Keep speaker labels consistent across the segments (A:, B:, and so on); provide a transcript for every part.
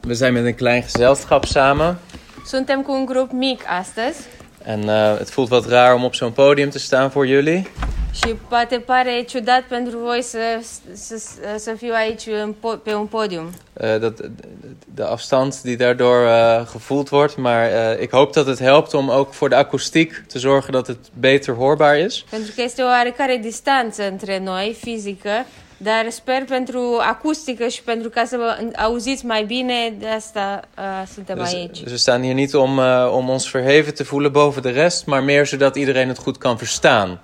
A: We zijn met een klein gezelschap samen.
B: Suntem cu un grup mic astăzi
A: En eh, het voelt wat raar om op zo'n podium te staan voor jullie.
B: și poate pare ciudat pentru voi să, să, să- să fiu aici în po- pe un podium.
A: Eh, dat, de afstand die daardoor eh, gevoeld wordt. Maar eh, ik hoop dat het helpt om ook voor de akoestiek te zorgen dat het beter hoorbaar is.
B: Pentru că este o oarecare distanță între noi, fizică, dar sper pentru acustică și pentru ca să vă auziți mai bine, de asta uh, suntem
A: Dus,
B: aici.
A: dus we staan hier niet om, eh, om ons verheven te voelen boven de rest, maar meer zodat iedereen het goed kan verstaan.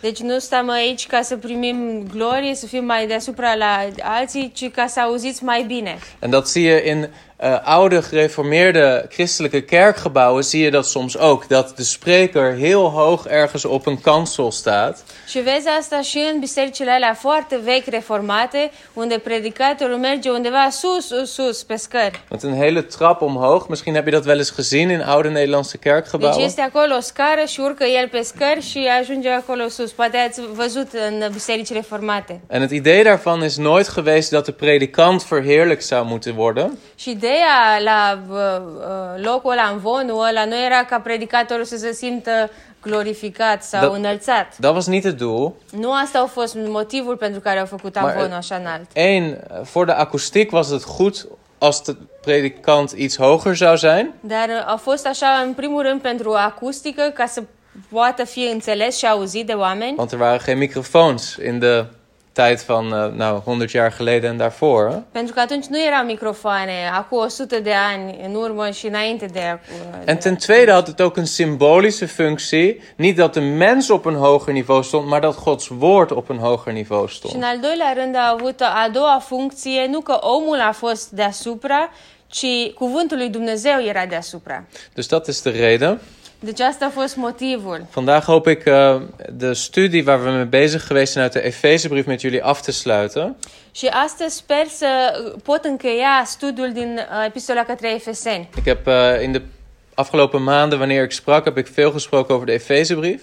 B: Deci nu stăm aici ca să primim glorie, să fim mai deasupra la alții, ci ca să auziți mai bine.
A: En dat zie je in eh, oude gereformeerde christelijke kerkgebouwen, zie je dat soms ook. Dat de spreker heel hoog ergens op een kansel staat.
B: Și vezi asta și în bisericile alea foarte vechi reformate, unde predicatorul merge undeva sus, sus, sus, pe scări.
A: Met een hele trap omhoog. Misschien heb je dat wel eens gezien in oude Nederlandse
B: Deci
A: kerkgebouwen.
B: este acolo o scară și urcă el pe scări și ajunge acolo sus. Poate ați văzut în biserici reformate.
A: En het idee daarvan is nooit geweest dat de predikant verheerlijk zou moeten worden.
B: Și ideea la uh, uh, locul ăla, în vonul ăla, nu era ca predicatorul să se simtă glorificat sau
A: Da-
B: înălțat.
A: Dat was niet het doel.
B: Nu asta a fost motivul pentru care au făcut
A: Maar,
B: amvonul
A: eh,
B: așa înalt.
A: Eén, eh, voor de akoestiek was het goed als de predikant iets hoger zou zijn.
B: Dar uh, a fost așa, în primul rând, pentru acustică, ca să poată fi înțeles și auzit de oameni.
A: Want er waren geen microfoons in de tijd van eh, nou, 100 jaar geleden en daarvoor. hè?
B: Pentru că atunci nu erau microfoane, acum 100 de ani în urmă și înainte de acum.
A: En ten tweede had het ook een symbolische functie. Niet dat de mens op een hoger niveau stond, maar dat Gods woord op een hoger niveau
B: Și
A: stond.
B: în al doilea rând a avut a doua funcție, nu că omul a fost deasupra, ci cuvântul lui Dumnezeu era deasupra.
A: Dus dat is de reden.
B: Deci asta a fost motivul.
A: Vandaag hoop ik eh, de studie waar we mee bezig geweest zijn uit de Efezebrief met jullie af te sluiten.
B: Și astăzi sper să pot încheia studiul din uh, epistola către Efeseni.
A: Ik heb eh, in de afgelopen maanden, wanneer ik sprak, heb ik veel gesproken over de Efezebrief.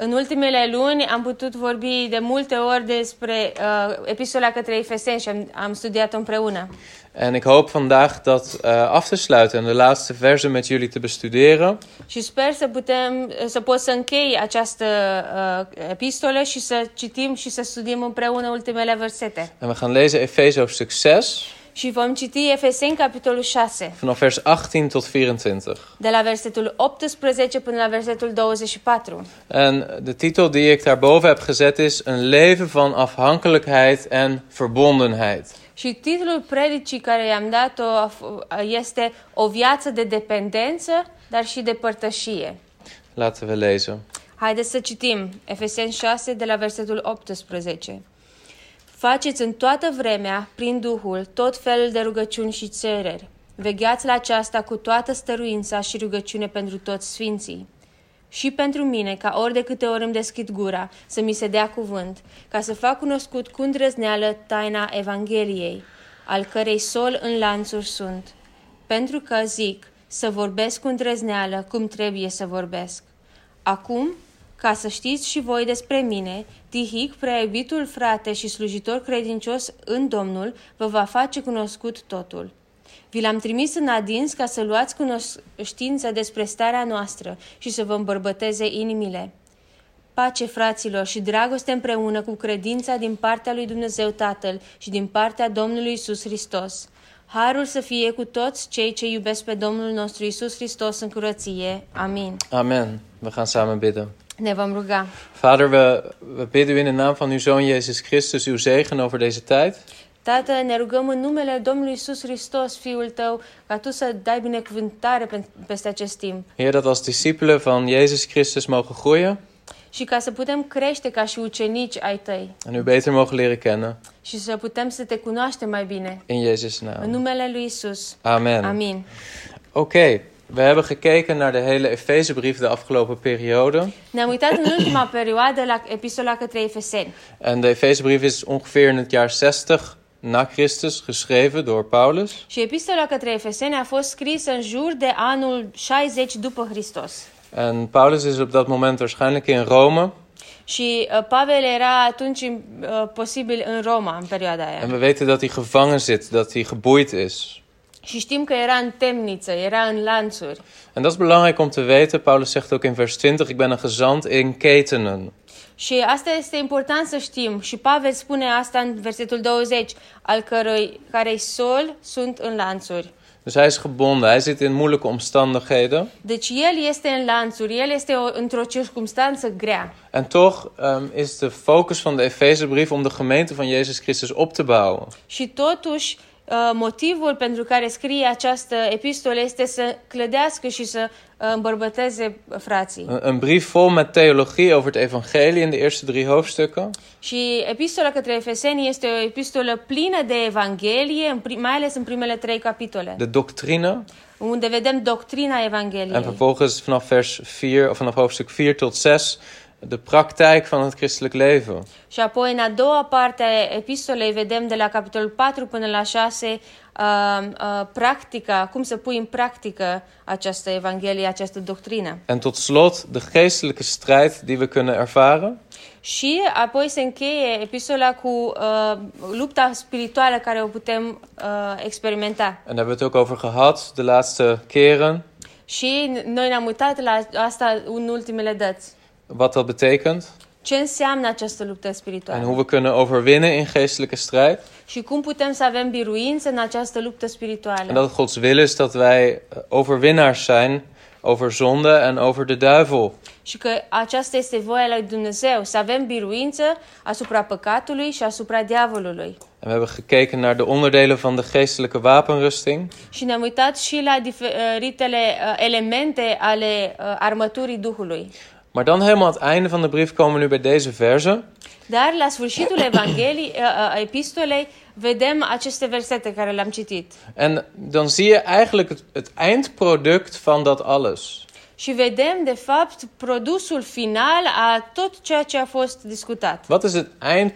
B: În ultimele luni am putut vorbi de multe ori despre uh, epistola către Efeseni și am, am studiat împreună.
A: En ik hoop vandaag dat eh, af te sluiten en de laatste versen met jullie te bestuderen.
B: Și sper să putem să pot să închei această uh, epistolă și să citim și să studiem împreună ultimele versete.
A: En we gaan lezen Efeze hoofdstuk 6,
B: Și vom citi Efeseni capitolul 6,
A: vanaf vers 18 tot 24.
B: de la versetul 18 până la versetul 24.
A: En de titel die ik daarboven heb gezet is Een leven van afhankelijkheid en verbondenheid.
B: Și titlul predicii care i-am dat-o a f- este O viață de dependență, dar și de părtășie.
A: Laten we lezen.
B: Haideți să citim Efeseni 6 de la versetul 18. Faceți în toată vremea, prin Duhul, tot felul de rugăciuni și cereri. Vegheați la aceasta cu toată stăruința și rugăciune pentru toți sfinții. Și pentru mine, ca ori de câte ori îmi deschid gura, să mi se dea cuvânt, ca să fac cunoscut cu îndrăzneală taina Evangheliei, al cărei sol în lanțuri sunt. Pentru că, zic, să vorbesc cu îndrăzneală cum trebuie să vorbesc. Acum, ca să știți și voi despre mine, Tihic, prea iubitul frate și slujitor credincios în Domnul, vă va face cunoscut totul. Vi l-am trimis în adins ca să luați cunoștință despre starea noastră și să vă îmbărbăteze inimile. Pace, fraților, și dragoste împreună cu credința din partea lui Dumnezeu Tatăl și din partea Domnului Isus Hristos. Harul să fie cu toți cei ce iubesc pe Domnul nostru Isus Hristos în curăție. Amin.
A: Amen. We gaan samen bidden.
B: Ne vom ruga.
A: Vader, we, we bidden u in de naam van uw Zoon Jezus Christus uw zegen over deze tijd.
B: Tată, ne rugăm în numele Domnului Isus Hristos, Fiul tău, ca tu să dai binecuvântare pe- peste acest timp
A: Heer, dat als discipelen van Jezus Christus mogen groeien
B: și ca să putem crește ca și ucenici ai tăi
A: en u beter mogen leren kennen.
B: și să putem să te cunoaștem mai bine.
A: In Jezus'
B: În
A: naam.
B: numele lui Isus.
A: Amen.
B: Amin.
A: Oké, we hebben gekeken naar de hele Efezebrief de afgelopen periode.
B: Ne-am uitat în ultima perioadă la epistola către Efeseni
A: En de Efezebrief is ongeveer in het jaar 60 na Christus geschreven door Paulus.
B: și epistola către Efeseni a fost scrisă în jur de anul 60 după Hristos.
A: En Paulus is op dat moment waarschijnlijk in Rome.
B: Și uh, Pavel era atunci uh, posibil în Roma, în perioada aia.
A: En we weten dat hij gevangen zit, dat hij geboeid is.
B: Și știm că era în temniță, era în lanțuri.
A: En dat is belangrijk om te weten. Paulus zegt ook in vers 20: Ik ben een gezant in ketenen.
B: Și asta este important să știm. Și Pavel spune asta în versetul 20, al cărui, carei sol sunt în lanțuri.
A: Dus hij is gebonden, hij zit in moeilijke omstandigheden.
B: Deci el este în lanțuri, el este o, într-o circumstanță grea.
A: En toch ehm, is de focus van de Efezebrief om de gemeente van Jezus Christus op te bouwen.
B: Și totuși, uh, motivul pentru care scrie această epistolă este să clădească și să uh, îmbărbăteze frații.
A: Een, een brief vol met theologie over het evangelie in de eerste drie hoofdstukken.
B: Și epistola către Efeseni este o epistolă plină de Evanghelie, în prim- mai ales în primele trei capitole,
A: De doctrine.
B: unde vedem doctrina
A: En
B: Evangheliei.
A: vervolgens vanaf vers 4, of vanaf hoofdstuk 4 tot 6, de praktijk van het christelijk leven.
B: Și apoi, în a doua parte a epistolei, vedem de la capitolul 4 până la 6 uh, uh, practica, cum să pui în practică această Evanghelie, această doctrină.
A: En tot slot de geestelijke strijd die we kunnen ervaren.
B: Și apoi se încheie epistola cu uh, lupta spirituală care o putem uh, experimenta.
A: En daar hebben we het ook over gehad de laatste keren.
B: Și noi ne-am uitat la asta în ultimele dăți.
A: Wat dat betekent.
B: Ce înseamnă această luptă
A: En
B: spirituală?
A: hoe we kunnen overwinnen in geestelijke strijd.
B: Și cum putem să avem biruință în această luptă spirituală?
A: En dat het Gods wil is dat wij eh, overwinnaars zijn over zonde en over de duivel.
B: Și că aceasta este voia lui Dumnezeu, să avem biruință asupra păcatului și asupra diavolului.
A: En we hebben gekeken naar de onderdelen van de geestelijke wapenrusting.
B: Și ne-am uitat și la diferitele uh, elemente ale uh, armăturii Duhului.
A: Maar dan helemaal aan het einde van de brief komen we nu bij deze verse.
B: Dar la sfârșitul Evangheliei, uh, uh, epistolei, vedem aceste versete care le-am citit.
A: En dan zie je eigenlijk het, het eindproduct van dat alles.
B: Și vedem, de fapt, produsul final a tot ceea ce a fost discutat.
A: Wat is het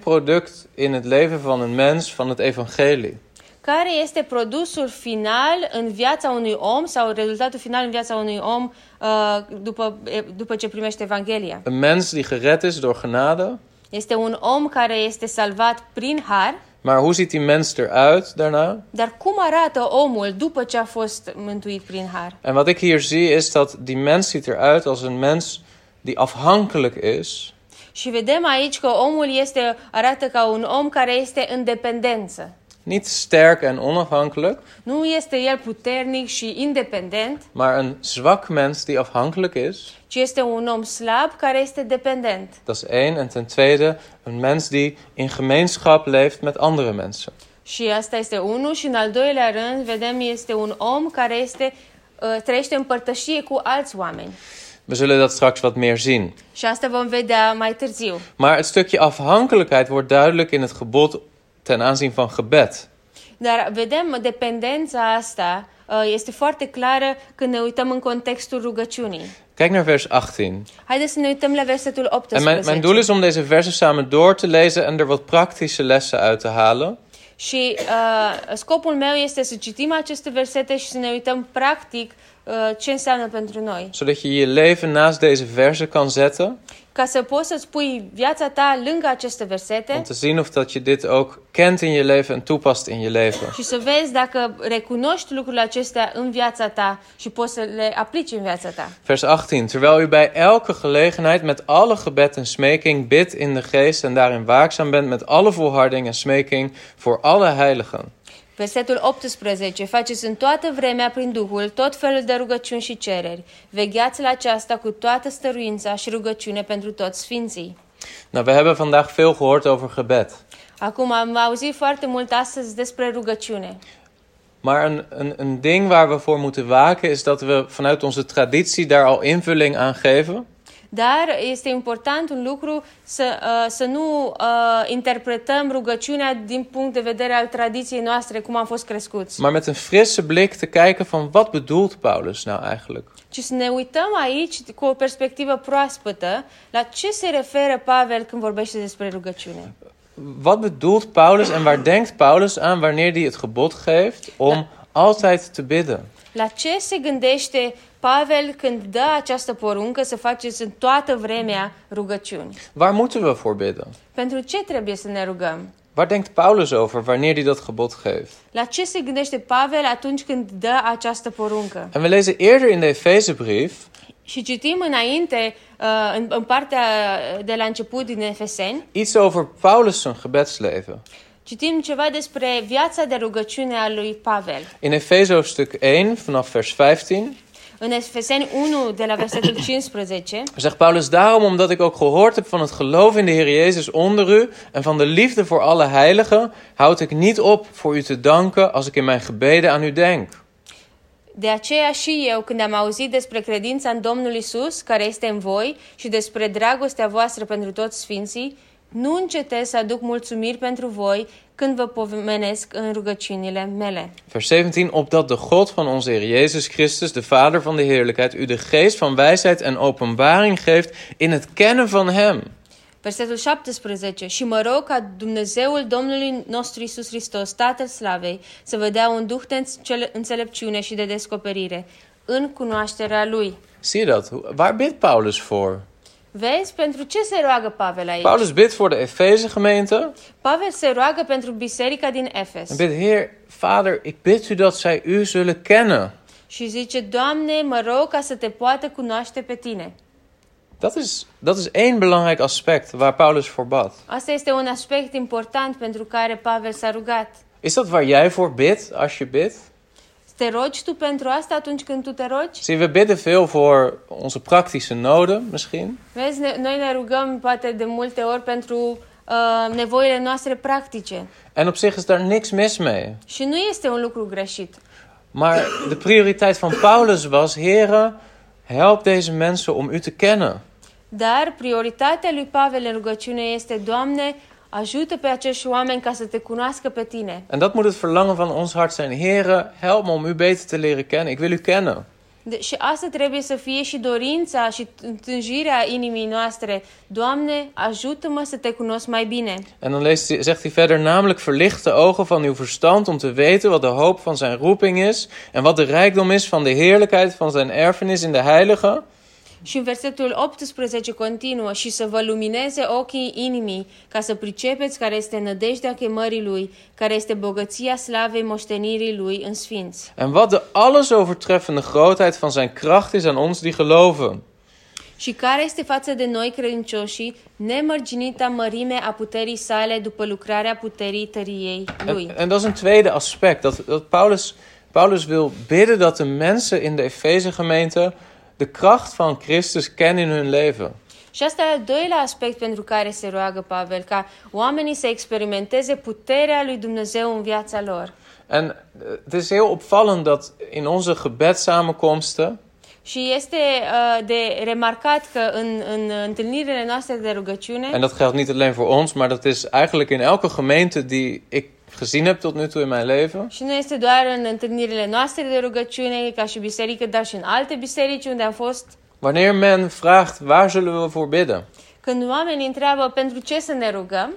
A: eindproduct in het leven van een mens van het evangelie?
B: Care este produsul final în viața unui om sau rezultatul final în viața unui om uh, după, după ce primește Evanghelia?
A: Een mens die gered is door genade.
B: Este un om care este salvat prin har,
A: Maar hoe ziet die mens eruit daarna?
B: dar cum arată omul după ce a fost mântuit prin har?
A: En wat ik hier zie is dat die mens ziet eruit als een mens die afhankelijk is
B: Și vedem aici că omul este arată ca un om care este în dependență.
A: Niet sterk en onafhankelijk,
B: Nu este el puternic și independent,
A: maar een zwak mens die afhankelijk is.
B: ci este un om slab care este dependent.
A: Dat is één. En ten tweede, een mens die in gemeenschap leeft met andere mensen.
B: Și asta este unul și în al doilea rând vedem este un om care este uh, trăiește în părtășie cu alți oameni.
A: We zullen dat straks wat meer zien.
B: Și asta vom vedea mai târziu.
A: Maar het stukje afhankelijkheid wordt duidelijk in het gebod ten aanzien van gebed.
B: Dar vedem dependența asta uh, este foarte clară când ne uităm în contextul rugăciunii.
A: Kijk naar vers 18.
B: Haideți să ne uităm la versetul
A: En mijn,
B: 18.
A: mijn doel is om deze versen samen door te lezen en er wat praktische lessen uit te halen.
B: Și uh, scopul meu este să citim aceste versete și să ne uităm practic uh, ce înseamnă pentru noi.
A: Zodat je je leven naast deze versen kan zetten.
B: Ca să poți să-ți pui viața ta lângă aceste versete.
A: Om te zien of dat je dit ook kent in je leven en toepast in je leven.
B: Și să vezi dacă recunoști lucrurile acestea în viața ta și poți să le aplici în viața ta.
A: Vers 18. Terwijl u bij elke gelegenheid met alle gebed en smeking bidt in de geest en daarin waakzaam bent met alle volharding en smeking voor alle heiligen.
B: Versetul 18. Faceți în toată vremea prin Duhul tot felul de rugăciuni și cereri. Vegheați la aceasta cu toată stăruința și rugăciune pentru toți sfinții.
A: Nou, we hebben vandaag veel gehoord over gebed.
B: Acum am auzit foarte mult astăzi despre rugăciune.
A: Maar een, een, een ding waar we voor moeten waken is dat we vanuit onze traditie daar al invulling aan geven.
B: Dar este important un lucru să, uh, să nu uh, interpretăm rugăciunea din punct de vedere al tradiției noastre, cum am fost crescuți.
A: Maar met een frisse blik te kijken van wat bedoelt Paulus nou eigenlijk?
B: ci să ne uităm aici cu o perspectivă proaspătă la ce se referă Pavel când vorbește despre rugăciune.
A: Wat bedoelt Paulus en waar denkt Paulus aan wanneer hij het gebod geeft om altijd te bidden?
B: La ce se gândește Pavel când dă această poruncă să faceți în toată vremea rugăciuni?
A: Waar moeten we voor bidden?
B: Pentru ce trebuie să ne rugăm?
A: Waar denkt Paulus over wanneer hij dat gebod geeft?
B: La ce se gândește Pavel atunci când dă această poruncă?
A: En we lezen eerder in de Efezebrief
B: Și citim înainte, uh, în, în partea uh, de la început din Efeseni,
A: iets over Paulus' zijn gebedsleven.
B: citim ceva despre viața de rugăciune a lui Pavel.
A: In Efeze hoofdstuk 1 vanaf vers 15
B: În Efeseni 1, de la versetul 15,
A: zegt Paulus daarom omdat ik ook gehoord heb van het geloof in de Heer Jezus onder u en van de liefde voor alle heiligen, houd ik niet op voor u te danken als ik in mijn gebeden aan u denk.
B: De aceea și eu, când am auzit despre credința în Domnul Isus, care este în voi, și despre dragostea voastră pentru toți sfinții, nu încetez să aduc mulțumiri pentru voi când vă pomenesc în rugăciunile mele.
A: Vers 17, opdat de God van onze Heer Jezus Christus, de Vader van de heerlijkheid, u de geest van wijsheid en openbaring geeft in het kennen van Hem.
B: Versetul 17. Și mă rog ca Dumnezeul Domnului nostru Isus Hristos, Tatăl Slavei, să vă dea un duh de înțele- înțelepciune și de descoperire în cunoașterea Lui.
A: Zie je dat? Hoe- Waar bidt Paulus voor?
B: Vezi pentru ce se roagă Pavel aici?
A: Paulus bidt voor de Efezegemeente
B: Pavel se roagă pentru biserica din Efes.
A: en bidt, Heer, Vader, ik bid u dat zij u zullen kennen.
B: Și zice, Doamne, mă rog ca să te poată cunoaște pe tine.
A: Dat is, dat is één belangrijk aspect waar Paulus voor bad.
B: Asta este un aspect important pentru care Pavel s-a rugat.
A: Is dat waar jij voor bidt als je bidt?
B: Te rogi tu pentru asta atunci când tu te rogi?
A: Zie, we bidden veel voor onze praktische noden misschien.
B: Vezi, ne- noi ne rugăm poate de multe ori pentru uh, nevoile noastre practice.
A: En op zich is daar niks mis mee.
B: Și nu este un lucru greșit.
A: Maar de prioriteit van Paulus was: Heren, help deze mensen om u te kennen.
B: Dar prioritatea lui Pavel în rugăciune este, Doamne, ajută pe acești oameni ca să te cunoască pe tine.
A: En dat moet het verlangen van ons hart zijn: Heren, help me om u beter te leren kennen. Ik wil u kennen.
B: De- și asta trebuie să fie și dorința și t- tânjirea inimii noastre. Doamne, ajută-mă să te cunosc mai bine.
A: En dan leest hij, zegt hij verder, namelijk verlicht de ogen van uw verstand om te weten wat de hoop van zijn roeping is en wat de rijkdom is van de heerlijkheid van zijn erfenis in de heilige.
B: Și în versetul 18 continuă și să vă lumineze ochii inimii ca să pricepeți care este nădejdea chemării lui, care este bogăția slavei moștenirii lui în sfinți.
A: En wat de alles overtreffende grootheid van zijn kracht is aan ons die geloven.
B: Și care este față de noi credincioșii nemărginita mărime a puterii sale după lucrarea puterii tăriei lui.
A: En, en dat is een tweede aspect, dat, dat Paulus, Paulus wil bidden dat de mensen in de Efezegemeente de kracht van Christus kennen in hun leven.
B: Și asta e al doilea aspect pentru care se roagă Pavel, ca oamenii să experimenteze puterea lui Dumnezeu în viața lor.
A: En eh, het is heel opvallend dat in onze gebedssamenkomsten...
B: Și este uh, de remarcat că în, în întâlnirile noastre de rugăciune,
A: En dat geldt niet alleen voor ons, maar dat is eigenlijk in elke gemeente die ik gezien heb tot nu toe in mijn leven.
B: și nu este doar în întâlnirile noastre de rugăciune, ca și biserică, dar și în alte biserici unde am fost,
A: Wanneer men vraagt waar zullen we voor bidden,
B: când oamenii întreabă pentru ce să ne rugăm,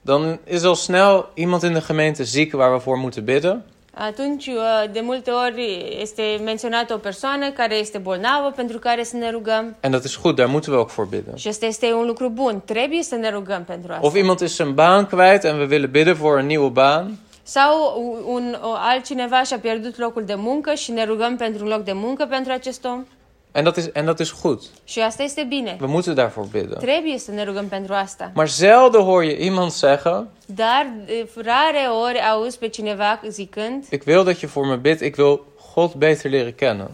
A: dan is al snel iemand in de gemeente ziek waar we voor moeten bidden.
B: atunci uh, de multe ori este menționată o persoană care este bolnavă, pentru care să ne rugăm.
A: En dat is goed, daar moeten we ook voor bidden.
B: Și asta este un lucru bun. Trebuie să ne rugăm pentru asta.
A: Of iemand is zijn baan kwijt en we willen bidden voor een nieuwe baan.
B: Sau un, o, altcineva și-a pierdut locul de muncă și ne rugăm pentru un loc de muncă pentru acest om.
A: En dat is, en dat is goed.
B: Și asta este bine.
A: We moeten daarvoor bidden.
B: Trebuie să ne rugăm pentru asta.
A: Maar zelden hoor je iemand zeggen:
B: Dar de rare ori auzi pe cineva zicând,
A: Ik wil dat je voor me bidt, ik wil God beter leren kennen.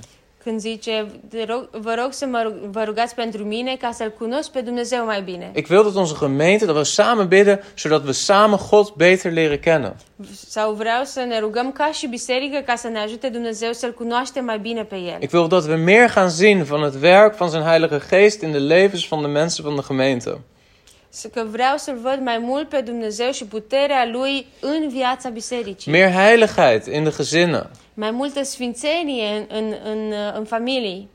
B: când zice, "Te rog, vă rog să mă rug, vă rugați pentru mine ca să-L cunosc pe Dumnezeu mai bine.
A: Ik wil dat onze gemeente, dat we samen bidden, zodat we samen God beter leren kennen.
B: Sau vreau să ne rugăm ca și biserică ca să ne ajute Dumnezeu să-L cunoaștem mai bine pe El.
A: Ik wil dat we meer gaan zien van het werk van zijn Heilige Geest in de levens van de mensen van de gemeente.
B: Să- Că vreau să-L văd mai mult pe Dumnezeu și puterea Lui în viața bisericii.
A: Meer heiligheid in de gezinnen.
B: mai multă sfințenie în, în, în, uh, în familii.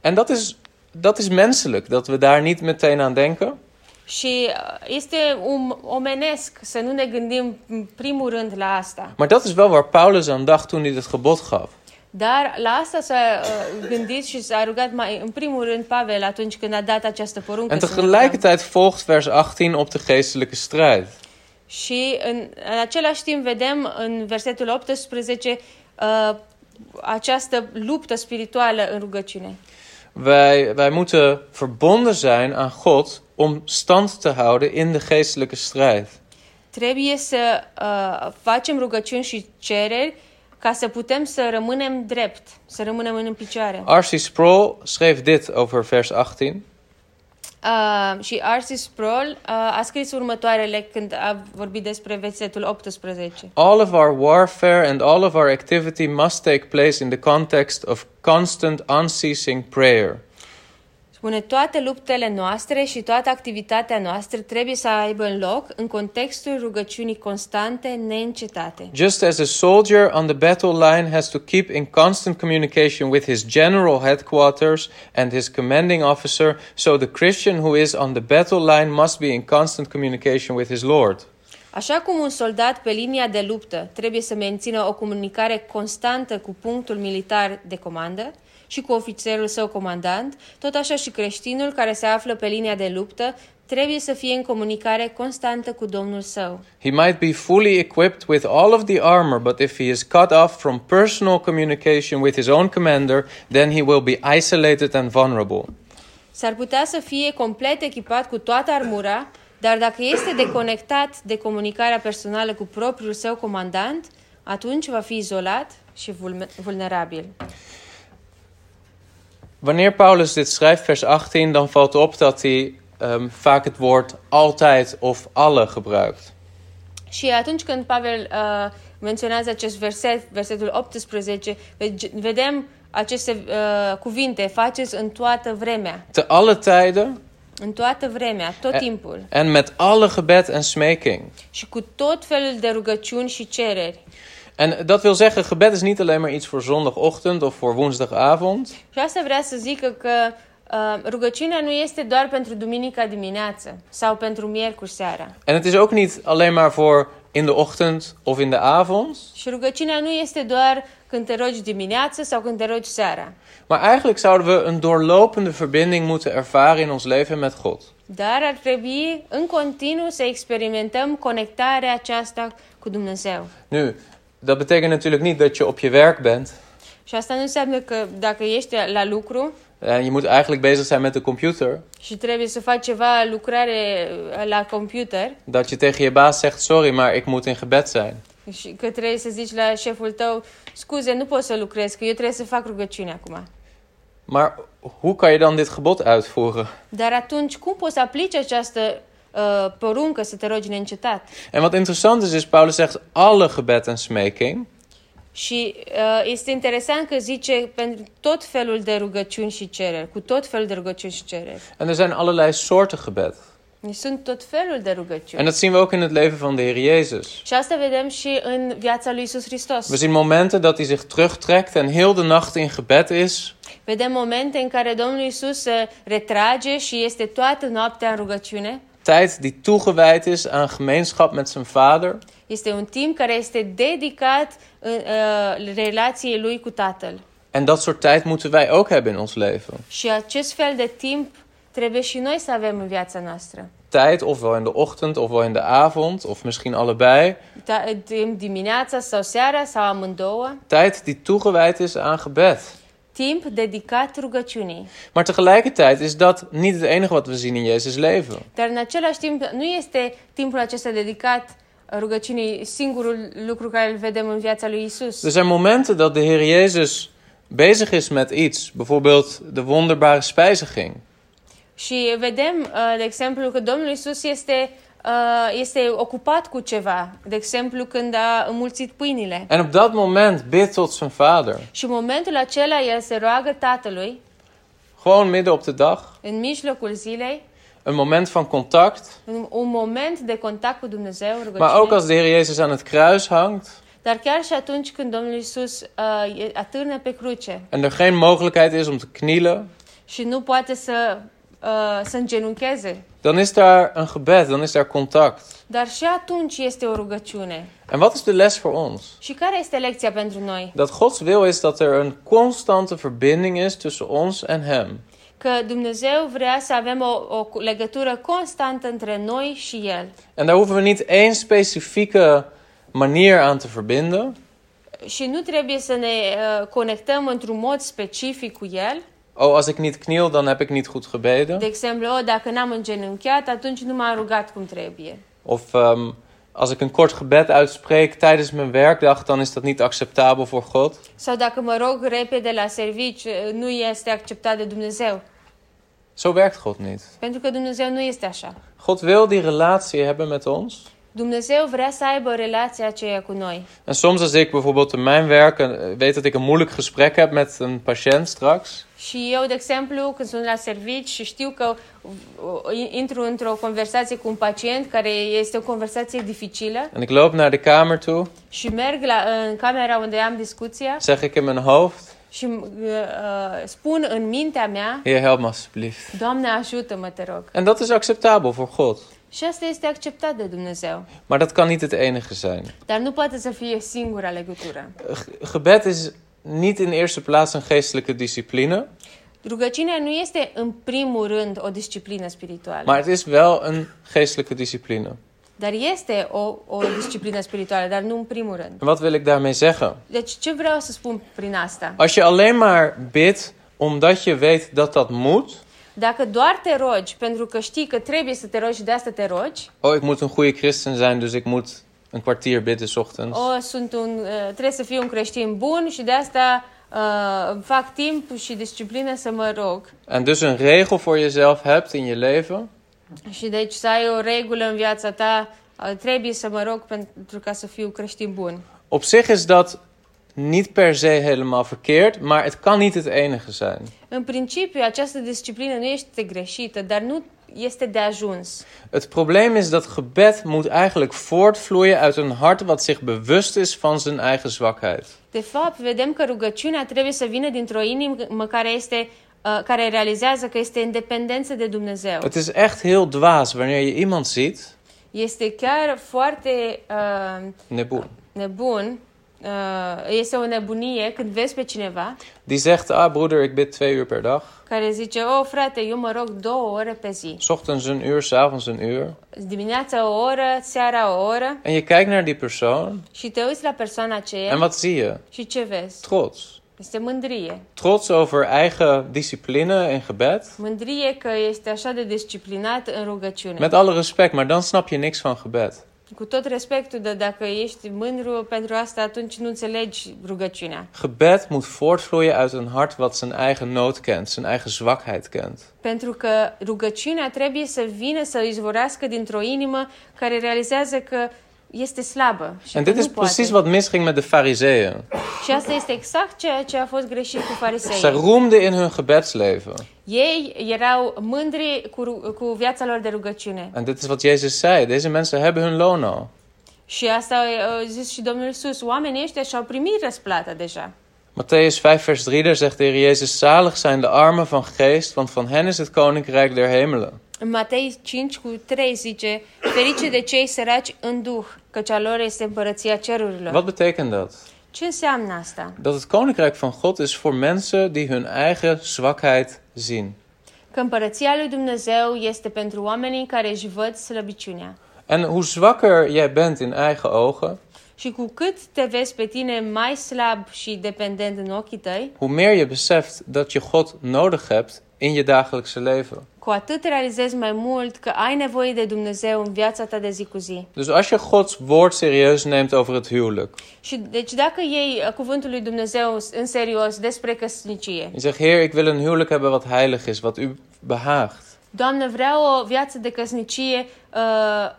A: En dat is, dat is menselijk, dat we daar niet meteen aan denken.
B: Și uh, este um, omenesc să nu ne gândim în primul rând la asta.
A: Maar dat is wel waar Paulus aan dacht toen hij dit gebod gaf.
B: Dar la asta s-a uh, gândit și s-a rugat mai, în primul rând Pavel atunci când a dat această poruncă.
A: En
B: să ne rugăm.
A: tegelijkertijd volgt vers 18 op de geestelijke strijd.
B: Și în, în același timp vedem în versetul 18 uh, această luptă spirituală în rugăciune.
A: Wij, wij moeten verbonden zijn aan God om stand te houden in de geestelijke strijd.
B: Trebuie să uh, facem rugăciuni și cereri ca să putem să rămânem drept, să rămânem în picioare.
A: R.C. Sproul schreef dit over vers 18.
B: Uh, și R.C. Sproul uh, a scris următoarele când a vorbit despre versetul 18.
A: All of our warfare and all of our activity must take place in the context of constant, unceasing prayer.
B: Spune, toate luptele noastre și toată activitatea noastră trebuie să aibă în loc în contextul rugăciunii constante, neîncetate.
A: Just as a soldier on the battle line has to keep in constant communication with his general headquarters and his commanding officer, so the Christian who is on the battle line must be in constant communication with his Lord.
B: Așa cum un soldat pe linia de luptă trebuie să mențină o comunicare constantă cu punctul militar de comandă și cu ofițerul său comandant, tot așa și creștinul care se află pe linia de luptă trebuie să fie în comunicare constantă cu Domnul său.
A: He might be fully equipped with all of the armor, but if he is cut off from personal communication with his own commander, then he will be isolated and vulnerable.
B: S-ar putea să fie complet echipat cu toată armura, dar dacă este deconectat de comunicarea personală cu propriul său comandant, atunci va fi izolat și vulme- vulnerabil.
A: Wanneer Paulus dit schrijft, vers 18, dan valt op dat hij ehm, vaak het woord altijd of alle gebruikt.
B: Și atunci când Pavel uh, menționează acest verset, versetul 18, ve- vedem aceste uh, cuvinte, faceți în toată vremea,
A: Te alle tijden
B: în toată vremea, tot
A: Eh.
B: timpul
A: en met alle gebed en smeking.
B: și cu tot felul de rugăciuni și cereri.
A: En dat wil zeggen, gebed is niet alleen maar iets voor zondagochtend of voor woensdagavond.
B: Și asta vrea să zică că uh, rugăciunea nu este doar pentru duminica dimineață sau pentru miercuri seara.
A: En het is ook niet alleen maar voor in de ochtend of in de avond.
B: Și rugăciunea nu este doar când te rogi dimineață sau când te rogi seara,
A: Maar eigenlijk zouden we een doorlopende verbinding moeten ervaren in ons leven met God.
B: dar ar trebui în continuu să experimentăm conectarea aceasta cu Dumnezeu.
A: Nu, dat betekent natuurlijk niet dat je op je werk bent.
B: Și asta nu înseamnă că dacă ești la lucru
A: En Eh, je moet eigenlijk bezig zijn met de computer.
B: și trebuie să faci ceva lucrare uh, la computer
A: Dat je tegen je baas zegt: Sorry, maar ik moet in gebed zijn.
B: și că trebuie să zici la șeful tău, scuze, nu pot să lucrez, că eu trebuie să fac rugăciune acum.
A: Maar hoe kan je dan dit gebod uitvoeren?
B: Dar atunci cum poți să aplici această uh, poruncă să te rogi neîncetat?
A: En wat interessant is, is Paulus zegt: Alle gebed en smeking.
B: Și uh, este interesant că zice pentru tot felul de rugăciuni și cereri, cu tot felul de rugăciuni și cereri.
A: En er zijn allerlei soorten gebed.
B: Sunt tot felul de rugăciuni.
A: En dat zien we ook in het leven van de Heer Jezus.
B: Și asta vedem și în viața lui Isus Hristos.
A: We zien momenten dat hij zich terugtrekt en heel de nacht in gebed is.
B: Vedem momente în care Domnul Isus se retrage și este toată noaptea în rugăciune.
A: Tijd die toegewijd is aan gemeenschap met zijn vader.
B: Este un timp care este dedicat în, uh, relației lui cu Tatăl.
A: En dat soort tijd moeten wij ook hebben in ons leven.
B: Și acest fel de timp trebuie și noi să avem în viața noastră.
A: Tijd ofwel in de ochtend ofwel in de avond of misschien allebei.
B: Ta- timp Da, dimineața sau seara sau amândouă.
A: Tijd die toegewijd is aan gebed.
B: Timp dedicat rugăciunii.
A: Maar tegelijkertijd is dat niet het enige wat we zien in Jezus' leven.
B: Dar în același timp nu este timpul acesta dedicat rugăciunii singurul lucru care îl vedem în viața lui Isus.
A: Er zijn momenten dat de Heer Jezus bezig is met iets. Bijvoorbeeld de wonderbare spijziging.
B: Și vedem, uh, de exemplu, că Domnul Isus este, uh, este ocupat cu ceva. De exemplu, când a înmulțit pâinile.
A: En op dat moment bidt tot zijn vader.
B: Și în momentul acela el se roagă Tatălui
A: Gewoon midden op de dag.
B: în mijlocul zilei,
A: Een moment van contact.
B: în un moment de contact cu Dumnezeu, rugăciune.
A: Maar ook als de Heer Jezus aan het kruis hangt.
B: Dar chiar și atunci când Domnul Isus uh, e- atârnă pe cruce
A: En er geen mogelijkheid is om te knielen.
B: și nu poate să, uh, să îngenuncheze,
A: Dan is daar een gebed. Dan is daar contact.
B: dar și atunci este o rugăciune.
A: En wat is de les voor ons?
B: Și care este lecția pentru noi?
A: Dat Gods wil is dat er een constante verbinding is tussen ons en Hem.
B: că Dumnezeu vrea să avem o, o legătură constantă între noi și El.
A: En daar hoeven we niet één specifieke manier aan te verbinden.
B: Și nu trebuie să ne uh, conectăm într-un mod specific cu El.
A: Oh, als ik niet kniel, dan heb ik niet goed
B: De
A: gebeden.
B: exemplu, "O, dacă n-am îngenunchiat, atunci nu m-am rugat cum trebuie.
A: Of ehm, als ik een kort gebed uitspreek tijdens mijn werkdag, dan is dat niet acceptabel voor God.
B: Sau dacă mă rog repede la servici, uh, nu este acceptat de Dumnezeu.
A: Zo werkt God niet.
B: Pentru că Dumnezeu nu este așa.
A: God wil die relatie hebben met ons.
B: Dumnezeu vrea să aibă relația aceea cu noi.
A: En soms als ik bijvoorbeeld in mijn werk eh, weet dat ik een moeilijk gesprek heb met een patiënt straks,
B: Și eu, de exemplu, când sunt la servici și știu că uh, intru într-o conversație cu un pacient care este o conversație dificilă
A: en ik loop naar de kamer toe,
B: și merg la, în camera unde am discuția
A: zeg ik in mijn hoofd:
B: și uh, uh, spun în mintea mea,
A: Heer, help me alsjeblieft.
B: Doamne ajută-mă, te rog.
A: En dat is acceptabel voor God.
B: Și asta este acceptat de Dumnezeu,
A: Maar dat kan niet het enige zijn.
B: dar nu poate să fie singura legătură.
A: G- gebed is niet in eerste plaats een geestelijke discipline,
B: Rugăciunea nu este în primul rând o disciplină spirituală,
A: maar het is wel een geestelijke discipline.
B: dar este o, o disciplină spirituală, dar nu în primul rând.
A: En wat wil ik daarmee zeggen?
B: Deci ce vreau să spun prin asta?
A: Als je alleen maar bidt omdat je weet dat dat moet.
B: Dacă doar te rogi pentru că știi că trebuie să te rogi și de asta te rogi,
A: Oh, ik moet een goede christen zijn, dus ik moet een kwartier bidden 's ochtends.
B: o, sunt un, uh, trebuie să fiu un creștin bun și de asta uh, fac timp și disciplină să mă rog.
A: En dus een regel voor jezelf hebt in je leven.
B: Și deci să ai o regulă în viața ta, uh, trebuie să mă rog pentru ca să fiu creștin bun.
A: Op zich is dat niet per se helemaal verkeerd, maar het kan niet het enige zijn.
B: În principiu, această disciplină nu este greșită, dar nu este de ajuns.
A: Het probleem is dat gebed moet eigenlijk voortvloeien uit een hart wat zich bewust is van zijn eigen zwakheid.
B: De fapt, vedem că rugăciunea trebuie să vină dintr-o inimă care este uh, care realizează că este independență de Dumnezeu.
A: Het is echt heel dwaas wanneer je iemand ziet,
B: Este chiar foarte uh,
A: Neboer,
B: nebun, uh, este o nebunie când vezi pe cineva
A: die zegt: Ah, broeder, ik bid twee uur per dag.
B: care zice, oh frate, eu mă rog două ore pe zi.
A: 's Ochtends een uur, 's avonds een uur.
B: Dimineața o oră, seara o oră
A: En je kijkt naar die persoon
B: și te uiți la persoana aceea
A: en wat zie je?
B: și ce vezi?
A: Trots.
B: Este mândrie.
A: Trots over eigen discipline en gebed.
B: Mândrie că este așa de disciplinat în rugăciune.
A: Met alle respect, maar dan snap je niks van gebed.
B: Cu tot respectul, dar dacă ești mândru pentru asta, atunci nu înțelegi rugăciunea.
A: Gebed moet voortvloeien uit een hart wat zijn eigen nood kent, zijn eigen zwakheid kent.
B: Pentru că rugăciunea trebuie să vină să izvorească dintr-o inimă care realizează că este slabă și
A: En
B: că
A: dit
B: nu
A: is
B: poate.
A: precies wat misging met de fariseeën.
B: Și asta este exact ceea ce a fost greșit cu
A: Zij
B: farisei.
A: roemden in hun gebedsleven.
B: Ei erau mândri cu, ru- cu viața lor de rugăciune.
A: En dit is wat Jezus zei. Deze mensen hebben hun loon al.
B: Și asta a zis și Domnul Iisus. Oamenii ăștia și-au primit răsplata deja.
A: Matthäus 5, vers 3, daar zegt de Heer Jezus... Zalig zijn de armen van geest, want van hen is het koninkrijk der hemelen.
B: În Matei 5 cu 3 zice, ferice de cei săraci în duh, căci a lor este împărăția cerurilor.
A: Wat betekent dat?
B: Ce înseamnă asta?
A: Dat het koninkrijk van God is voor mensen die hun eigen zwakheid zien.
B: Că împărăția lui Dumnezeu este pentru oamenii care își văd slăbiciunea.
A: En hoe zwakker jij bent in eigen ogen...
B: Și cu cât te vezi pe tine mai slab și dependent în ochii tăi,
A: Hoe meer je beseft dat je God nodig hebt in je dagelijkse leven.
B: cu atât realizezi mai mult că ai nevoie de Dumnezeu în viața ta de zi cu zi.
A: Dus als je Gods woord serieus neemt over het huwelijk.
B: Și deci dacă iei uh, cuvântul lui Dumnezeu în serios despre căsnicie,
A: Je zegt, Heer, ik wil een huwelijk hebben wat heilig is, wat u behaagt.
B: Doamne, vreau o viață de căsnicie uh,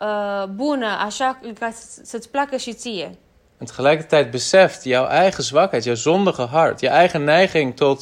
B: uh, bună, așa ca să- să-ți placă și ție.
A: En tegelijkertijd beseft jouw eigen zwakheid, jouw zondige hart, je eigen neiging tot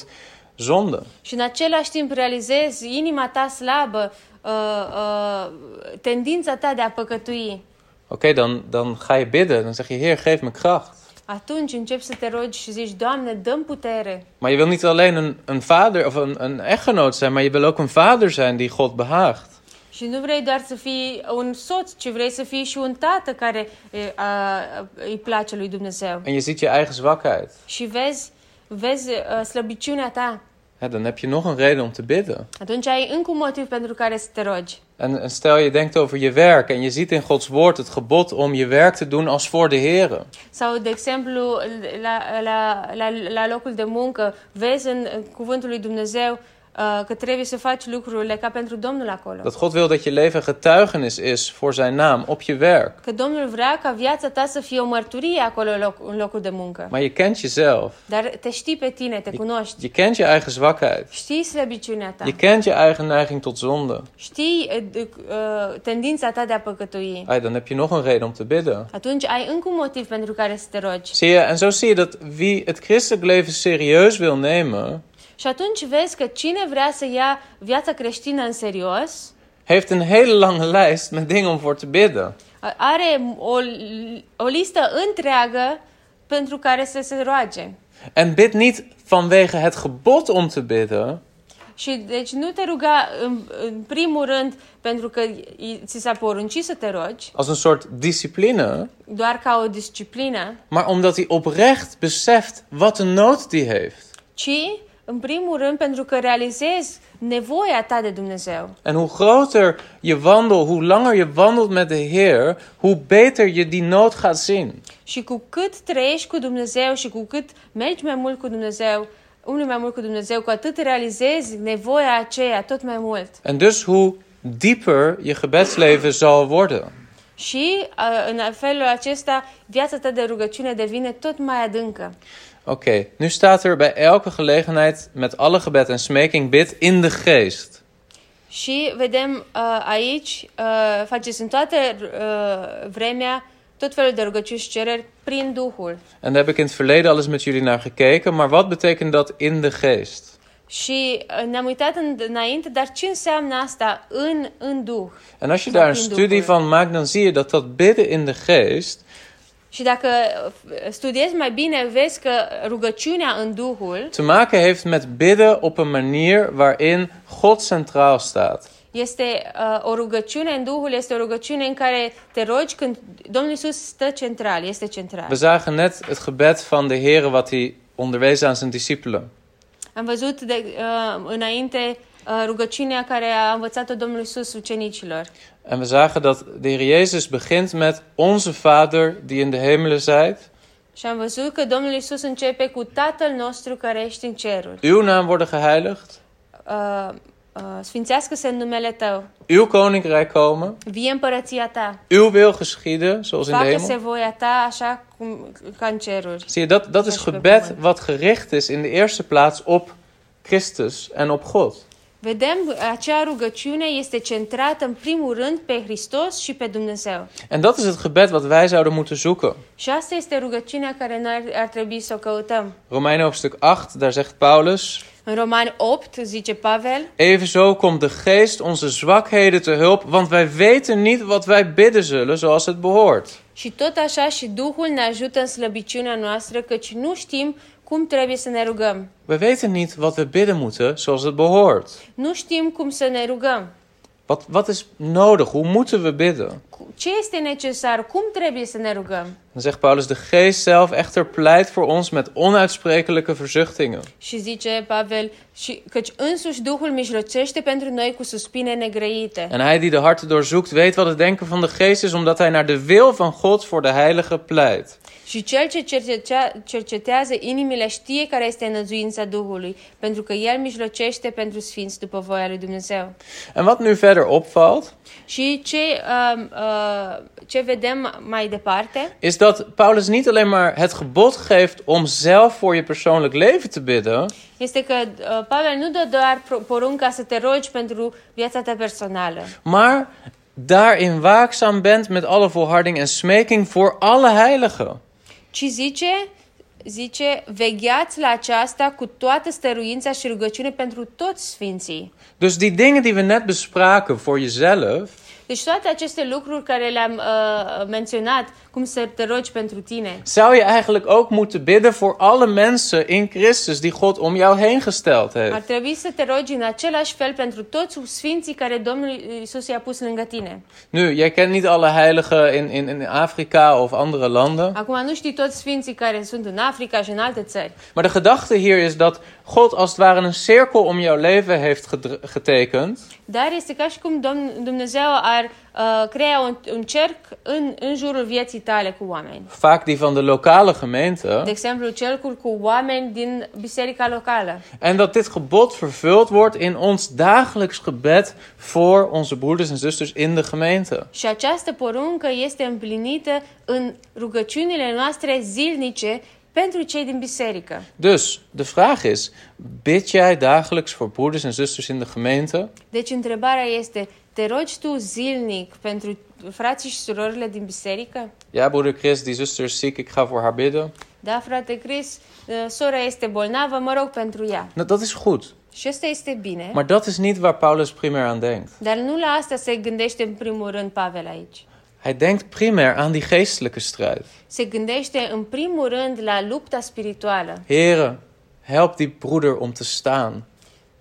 A: zonde.
B: Și în același timp realizezi inima ta slabă, uh, uh, tendința ta de a păcătui.
A: Oké, dan, dan ga je bidden. Dan zeg je, Heer, geef me kracht.
B: Atunci începi să te rogi și zici, Doamne, dăm putere.
A: Maar je wil niet alleen een, een vader of een, een echtgenoot zijn, maar je wil ook een vader zijn die God behaagt.
B: Și nu vrei doar să fii un soț, ci vrei să fii și un tată care uh, uh, îi place lui Dumnezeu.
A: En je ziet je eigen zwakheid.
B: Și vezi, vezi uh, slăbiciunea ta.
A: hè, dan heb je nog een reden om te bidden.
B: atunci ai încă un motiv pentru care să te rogi.
A: En, en stel je denkt over je werk en je ziet in Gods woord het gebod om je werk te doen als voor de Heer.
B: Sau, de exemplu, la, la, la, la locul de muncă, vezi în în cuvântul lui Dumnezeu uh, că trebuie să faci lucrurile ca pentru Domnul acolo.
A: Dat God wil dat je leven een getuigenis is voor zijn naam op je werk.
B: Că Domnul vrea ca viața ta să fie o mărturie acolo în loc- în locul de muncă.
A: Maar je kent jezelf.
B: Dar te știi pe tine, te cunoști.
A: Je kent je eigen zwakheid.
B: Știi slăbiciunea ta.
A: Je kent je eigen neiging tot zonde.
B: Știi uh, d- uh, tendința ta de a păcătui.
A: Ai, dan heb je nog een reden om te bidden.
B: Atunci ai încă un motiv pentru care să te rogi.
A: Zie je, en zo zie je dat wie het christelijk leven serieus wil nemen,
B: Și atunci vezi că cine vrea să ia viața creștină în serios,
A: heeft een hele lange lijst met dingen om voor te bidden.
B: a- are o, o listă întreagă pentru care să se roage.
A: En bid niet vanwege het gebod om te bidden,
B: Și deci nu te ruga în, în primul rând pentru că i- ți s-a poruncit să te rogi,
A: als een soort discipline,
B: doar ca o disciplină,
A: maar omdat hij oprecht beseft wat een nood die heeft.
B: ci în primul rând pentru că realizezi nevoia ta de Dumnezeu.
A: En hoe groter je wandel, hoe langer je wandelt met de Heer, hoe beter je die nood gaat zien.
B: Și cu cât trăiești cu Dumnezeu și cu cât mergi mai mult cu Dumnezeu, unul mai mult cu Dumnezeu, cu atât realizezi nevoia aceea tot mai mult.
A: En dus hoe dieper je gebedsleven zal worden.
B: Și uh, în felul acesta, viața ta de rugăciune devine tot mai adâncă.
A: Oké, nu staat er bij elke gelegenheid met alle gebed en smeking bid in de geest.
B: Și vedem uh, aici, uh, faceți în toată uh, vremea tot felul de rugăciuni și cereri prin Duhul.
A: En daar heb ik in het verleden al eens met jullie naar gekeken, maar wat betekent dat in de geest?
B: Și uh, ne-am uitat în, înainte, dar ce înseamnă asta în, în Duh?
A: En als je
B: Snap
A: daar een
B: je hem
A: studie
B: ook,
A: van maakt, dan zie je dat dat bidden in de geest,
B: Și dacă uh, studiezi mai bine, vezi că rugăciunea în Duhul
A: te maken heeft met bidden op een manier waarin God centraal staat.
B: este uh, o rugăciune în Duhul, este o rugăciune în care te rogi când Domnul Isus stă central, este central.
A: We zagen net het gebed van de Heer wat hij onderwees aan zijn discipelen.
B: Am văzut de, uh, înainte uh, rugăciunea care a învățat-o Domnul Isus ucenicilor.
A: En we zagen dat de Heer Jezus begint met Onze Vader die in de hemelen zijt.
B: Și am văzut că Domnul Isus începe cu Tatăl nostru care ești în ceruri.
A: Uw naam worden geheiligd.
B: Uh, uh, sfințească-se numele tău.
A: Uw koninkrijk komen.
B: Vie împărăția ta.
A: Uw wil geschieden, zoals in de
B: Facă-se
A: hemel.
B: voia ta așa cum, ca în ceruri.
A: Zie je, dat, dat is gebed wat gericht is in de eerste plaats op Christus en op God.
B: Vedem, acea rugăciune este centrată în primul rând pe Hristos și pe Dumnezeu.
A: En dat is het gebed wat wij zouden moeten zoeken.
B: Și asta este rugăciunea care noi ar, ar trebui să o căutăm.
A: Romeinen hoofdstuk 8, daar zegt Paulus:
B: În Romani 8, zice Pavel,
A: Evenzo komt de geest onze zwakheden te hulp, want wij weten niet wat wij bidden zullen zoals het behoort.
B: Și tot așa și Duhul ne ajută în slăbiciunea noastră, căci nu știm cum trebuie să ne rugăm.
A: We weten niet wat we bidden moeten zoals het behoort.
B: Nu știm cum să ne rugăm.
A: Wat, wat is nodig? Hoe moeten we bidden?
B: Cu- Ce este necesar? Cum trebuie să ne rugăm?
A: Dan zegt Paulus: De geest zelf echter pleit voor ons met onuitsprekelijke verzuchtingen.
B: Și zice Pavel, și, căci însuși Duhul mijlocește pentru noi cu suspine negrăite.
A: En hij die de harten doorzoekt, weet wat het denken van de geest is, omdat hij naar de wil van God voor de heilige pleit.
B: Și cel ce cercetea- cercetează inimile știe care este înălțuința Duhului, pentru că El mijlocește pentru sfinți după voia lui Dumnezeu.
A: En wat nu verder opvalt,
B: Și ce, uh, uh, ce vedem mai departe?
A: is dat Paulus niet alleen maar het gebod geeft om zelf voor je persoonlijk leven te bidden,
B: este că uh, Pavel nu dă doar pro- porunca să te rogi pentru viața ta personală,
A: maar daarin waakzaam bent met alle volharding en smeking voor alle heiligen.
B: ci zice, zice, vegheați la aceasta cu toată stăruința și rugăciune pentru toți sfinții.
A: Dus die dingen die we net bespraken voor jezelf,
B: Deci toate aceste lucruri care le-am uh, menționat, cum să te rogi pentru tine,
A: zou je eigenlijk ook moeten bidden voor alle mensen in Christus die God om jou heen gesteld
B: ar
A: heeft.
B: trebui să te rogi în același fel pentru toți sfinții care Domnul Isus i-a pus lângă tine.
A: Nu, jij kent niet alle heiligen in, in, in Afrika of andere landen.
B: Acum nu știi toți sfinții care sunt în Africa și în alte țări,
A: Maar de gedachte hier is dat God als het ware een cirkel om jouw leven heeft gedr- getekend.
B: Dar este ca și cum Domn- Dumnezeu ar uh, crea un, un cerc în, în jurul vieții tale cu oameni.
A: Vaak die van de lokale
B: De
A: gemeente.
B: exemplu, cercul cu oameni din biserica locală.
A: En dat dit gebod vervuld wordt in ons dagelijks gebed voor onze broeders en zusters in de gemeente.
B: Și această poruncă este împlinită în rugăciunile noastre zilnice pentru cei din biserică.
A: Dus de vraag is: bid jij dagelijks voor broeders en zusters in de gemeente?
B: Deci întrebarea este, te rogi tu zilnic pentru frații și surorile din biserică?
A: Ja, broeder Chris, die zuster is ziek, ik ga voor haar bidden.
B: Da, frate Chris, uh, sora este bolnavă, mă rog pentru ea.
A: Nou, dat is goed,
B: Și asta este bine,
A: maar dat is niet waar Paulus primair aan denkt.
B: dar nu la asta se gândește în primul rând Pavel aici.
A: Hij denkt primair aan die geestelijke strijd.
B: Se gândește în primul rând la lupta spirituală.
A: Heren, help die broeder om te staan.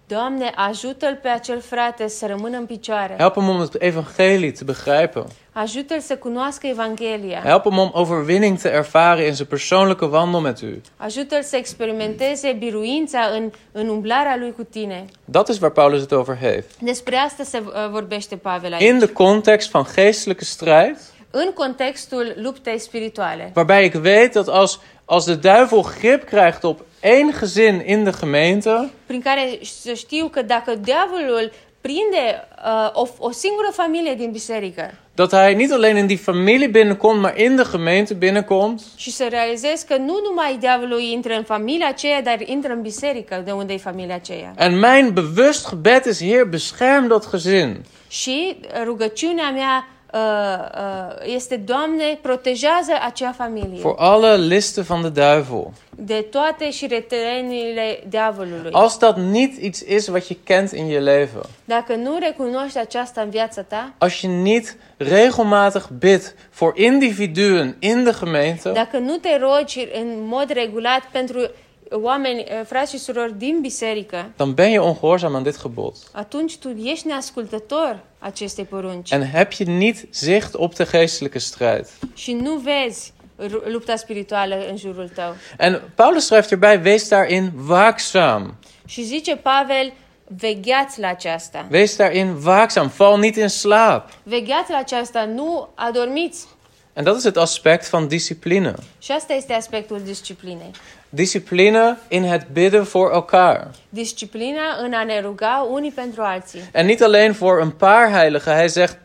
B: Doamne, ajută-l pe acel frate să rămână în picioare.
A: Help hem om het evangelie te begrijpen.
B: Ajută-l să cunoască Evanghelia.
A: Help hem om overwinning te ervaren in zijn persoonlijke wandel met u.
B: Ajută-l să experimenteze biruința în, în umblarea lui cu tine.
A: Dat is waar Paulus het over heeft.
B: Despre asta se uh, vorbește Pavel aici.
A: In de context van geestelijke strijd,
B: În contextul luptei spirituale.
A: waarbij ik weet dat als, als de duivel grip krijgt op één gezin in de gemeente,
B: prin care să știu că dacă diavolul prinde uh, o, o singură familie din biserică
A: dat hij niet alleen in die familie binnenkomt, maar in de gemeente binnenkomt,
B: și să realizez că nu numai diavolul intră în familia aceea, dar intră în biserică de unde e familia aceea.
A: en mijn bewust gebed is, Heer, bescherm dat gezin.
B: Și rugăciunea mea uh, uh, este, Doamne, protejează acea familie
A: Voor alle listen van de duivel.
B: de toate și reteniile diavolului.
A: Als dat niet iets is wat je kent in je leven.
B: Dacă nu recunoști aceasta în viața ta,
A: Als je niet regelmatig bidt voor individuen in de gemeente,
B: dacă nu te rogi în mod regulat pentru oameni, uh, frați și surori din biserică,
A: dan ben je ongehoorzaam aan dit gebod.
B: atunci tu ești neascultător acestei porunci
A: En heb je niet zicht op de geestelijke strijd.
B: și nu vezi ru- lupta spirituală în jurul tău.
A: En Paulus schrijft erbij: wees daarin waakzaam.
B: Și zice Pavel, vegheați la aceasta.
A: Wees daarin waakzaam. Val niet in slaap.
B: Vegheați la aceasta, nu adormiți.
A: En dat is het aspect van discipline.
B: Și asta este aspectul disciplinei.
A: Discipline in het bidden voor elkaar.
B: Disciplina în a ne ruga unii pentru alții.
A: En niet alleen voor een paar heiligen. Hij zegt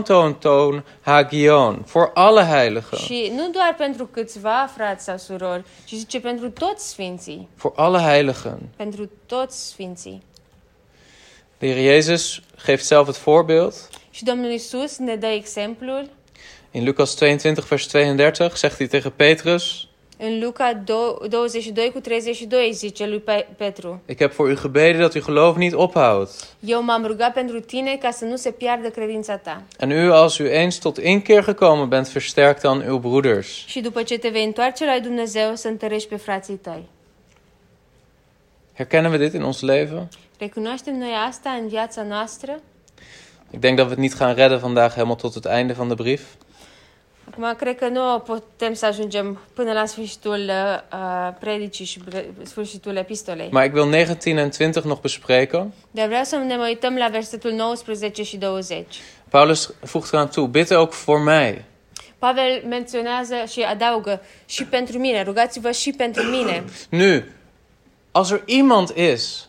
A: peripantoon hagion. Voor alle heiligen.
B: Și nu doar pentru câțiva frați sau surori, ci zice pentru toți sfinții.
A: Voor alle heiligen.
B: Pentru toți sfinții.
A: De Heer Jezus geeft zelf het voorbeeld.
B: Și Domnul Isus ne dă exemplul
A: In Lucas 22, vers 32 zegt hij tegen Petrus:
B: În Luca dou- 22 cu 32 zice lui Pe- Petru,
A: Ik heb voor u gebeden dat uw geloof niet ophoudt.
B: eu m-am rugat pentru tine ca să nu se piardă credința ta.
A: En u, als u eens tot inkeer gekomen bent, versterk dan uw broeders.
B: Și după ce te vei întoarce la Dumnezeu, să întărești pe frații tăi.
A: Herkennen we dit in ons leven?
B: Recunoaștem noi asta în viața noastră?
A: Ik denk dat we het niet gaan redden vandaag helemaal tot het einde van de brief.
B: Acum, cred că nu putem să ajungem până la sfârșitul uh, uh, predicii și bre- sfârșitul epistolei.
A: Maar ik wil 19 en 20 nog bespreken.
B: Dar vreau să ne mai uităm la versetul 19 și 20.
A: Paulus voegt eraan toe: Bid ook voor mij.
B: Pavel menționează și adaugă și pentru mine, rugați-vă și pentru mine.
A: Nu, als er iemand is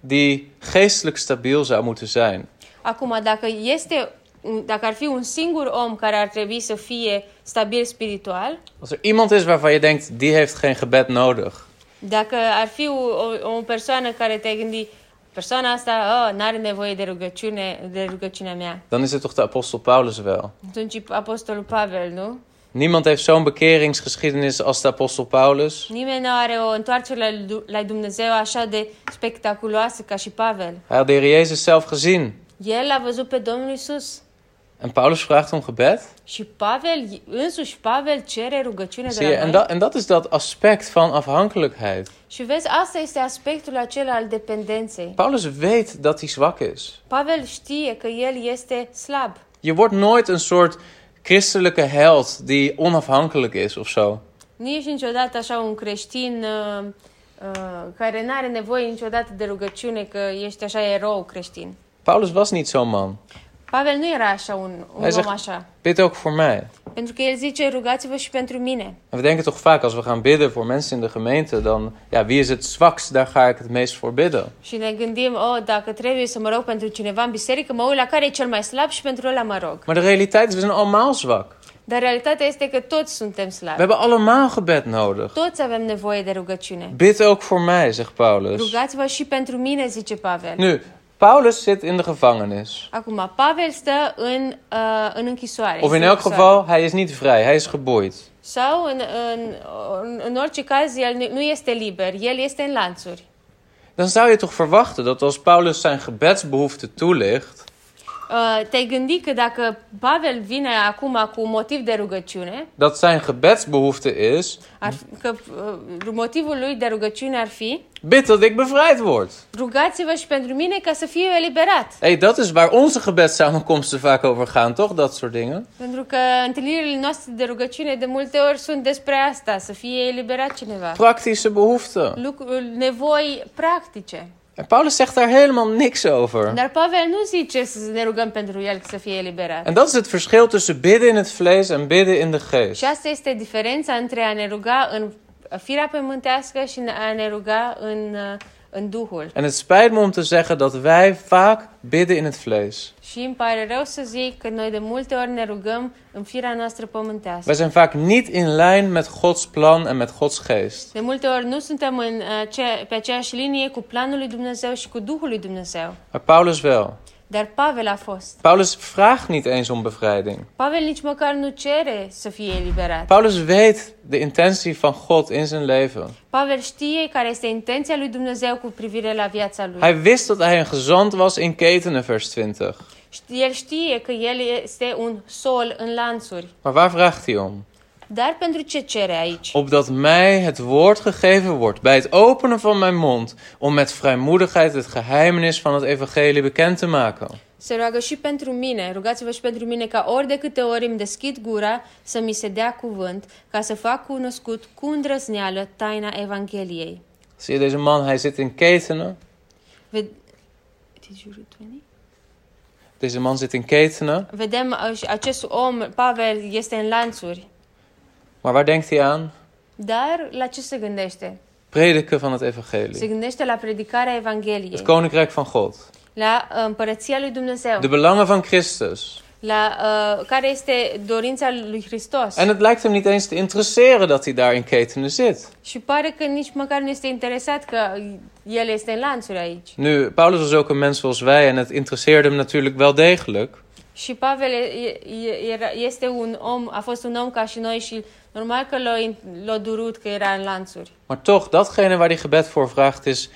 A: die geestelijk stabiel zou moeten zijn,
B: Acum, dacă este, dacă ar fi un singur om care ar trebui să fie stabil spiritual,
A: Als er iemand is waarvan je denkt, die heeft geen gebed nodig.
B: dacă ar fi o, o persoană care te gândi, persoana asta oh, n-are nevoie de rugăciune, de rugăciunea mea,
A: Dan is het toch de apostel Paulus wel.
B: atunci e apostolul Pavel, nu?
A: Niemand heeft zo'n bekeringsgeschiedenis als de apostel Paulus.
B: Nimeni nu are o întoarcere la- la Dumnezeu așa de spectaculoasă ca și Pavel.
A: Hij had de Heer Jezus zelf gezien.
B: El l-a văzut pe Domnul Isus.
A: En Paulus vraagt om gebed.
B: Și Pavel, însuși Pavel cere rugăciune
A: Zie je,
B: de la
A: en,
B: noi.
A: dat, en dat is dat aspect van afhankelijkheid.
B: Și vezi, asta este aspectul acela al dependenței.
A: Paulus weet dat hij zwak is.
B: Pavel știe că el este slab.
A: Je wordt nooit een soort christelijke held die onafhankelijk is of zo.
B: Nu ești niciodată așa un creștin uh, uh, care nu are nevoie niciodată de rugăciune că ești așa erou creștin.
A: Paulus was niet zo'n man.
B: Pavel nu era așa un, un
A: Hij
B: om
A: zegt,
B: așa.
A: bid ook voor mij.
B: Pentru că el zice, rugați-vă și pentru mine.
A: En we denken toch vaak, als we gaan bidden voor mensen in de gemeente, dan, ja, wie is het zwakst, daar ga ik het meest voor bidden.
B: Și ne gândim, oh, dacă trebuie să mă rog pentru cineva în biserică, mă uit la care e cel mai slab și pentru ăla mă rog.
A: Maar de realiteit is, we zijn allemaal zwak.
B: Dar realitatea este că toți suntem
A: We
B: slabi.
A: hebben allemaal gebed nodig.
B: Toți avem nevoie de rugăciune.
A: Bid ook voor mij, zegt Paulus.
B: Rugați-vă și pentru mine, zice Pavel.
A: Nu, Paulus zit in de gevangenis.
B: Acum, Pavel stă în, uh, în închisoare.
A: Of in
B: Este
A: elk
B: închisoare.
A: geval, hij is niet vrij, hij is geboeid.
B: Sau, în, în, în, în orice caz, el nu- nu este liber, el este în lanțuri.
A: Dan zou je toch verwachten dat als Paulus zijn gebedsbehoefte toelicht,
B: Uh, te-ai gândit că dacă Pavel vine acum cu motiv de rugăciune,
A: dat zijn gebedsbehoefte is,
B: ar, fi- că uh, motivul lui de rugăciune ar fi
A: bid dat ik bevrijd word.
B: rugați-vă și pentru mine ca să fiu eliberat.
A: Hé, dat is waar onze gebedssamenkomsten vaak over gaan, toch? Dat soort dingen.
B: Pentru că întâlnirile noastre de rugăciune de multe ori sunt despre asta, să fie eliberat cineva.
A: Praktische behoeften.
B: Lucruri, nevoi practice.
A: En Paulus zegt daar helemaal niks over.
B: Dar Pavel nu zice să ne rugăm pentru el să fie eliberat.
A: En dat is het verschil tussen bidden in het vlees en bidden in de
B: Și
A: geest.
B: asta este diferența între a ne ruga în firea pământească și a ne ruga în, uh, în Duhul.
A: En het spijt me om te zeggen dat wij vaak bidden in het vlees.
B: Și îmi pare rău să zic că noi de multe ori ne rugăm în firea noastră pământească.
A: Wij zijn vaak niet in lijn met Gods plan en met Gods geest.
B: De multe ori nu suntem în, uh, ce, pe aceeași linie cu planul lui Dumnezeu și cu Duhul lui Dumnezeu.
A: Maar Paulus wel.
B: Dar Pavel a fost.
A: Paulus vraagt niet eens om bevrijding.
B: Pavel nici măcar nu cere să fie eliberat.
A: Paulus weet de intentie van God in zijn leven.
B: Pavel știe care este intenția lui Dumnezeu cu privire la viața lui.
A: Hij wist dat hij een gezant was in ketenen, vers 20.
B: Ști- El știe că el este un sol în lanțuri.
A: Maar waar vraagt hij om?
B: Dar pentru ce cere aici?
A: Opdat mij het woord gegeven wordt bij het openen van mijn mond, om met vrijmoedigheid het geheimenis van het evangelie bekend te maken.
B: Se roagă și pentru mine, rugați-vă și pentru mine ca ori de câte ori îmi deschid gura să mi se dea cuvânt, ca să fac cunoscut cu îndrăzneală taina Evangheliei.
A: Zie je deze man, hij zit in ketenen.
B: Ved- Did you read 20?
A: Deze man zit in ketenen.
B: Vedem uh, și acest om, Pavel, este în lanțuri,
A: Maar waar denkt hij aan?
B: dar la ce se gândește?
A: Prediken van het
B: Se
A: evangelie.
B: gândește la predicarea
A: Het
B: Evangheliei,
A: koninkrijk van God.
B: la uh, împărăția lui Dumnezeu,
A: De belangen van Christus.
B: la uh, care este dorința lui Hristos.
A: En het lijkt hem niet eens te interesseren dat hij daar in ketenen zit.
B: Și pare că nici măcar nu este interesat că el este în lanțuri aici.
A: Nu, Paulus was ook een mens zoals wij en het interesseerde hem natuurlijk wel degelijk.
B: Și Pavel e- e- era, este un om, a fost un om ca și noi și normal că l-a, in- l-a durut că era în lanțuri.
A: Maar toch, datgene waar hij gebed voor vraagt is...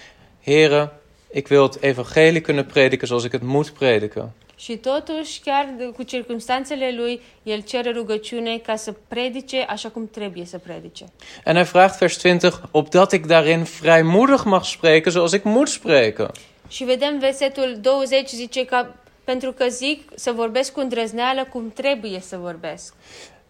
A: Heren, ik wil het evangelie kunnen prediken zoals ik het moet prediken.
B: Și totuși, chiar de- cu circumstanțele lui, el cere rugăciune ca să predice așa cum trebuie să predice.
A: En hij vraagt vers 20... Opdat ik daarin vrijmoedig mag spreken zoals ik moet spreken.
B: Și vedem versetul 20 zice că pentru că zic să vorbesc cu îndrăzneală cum trebuie să vorbesc.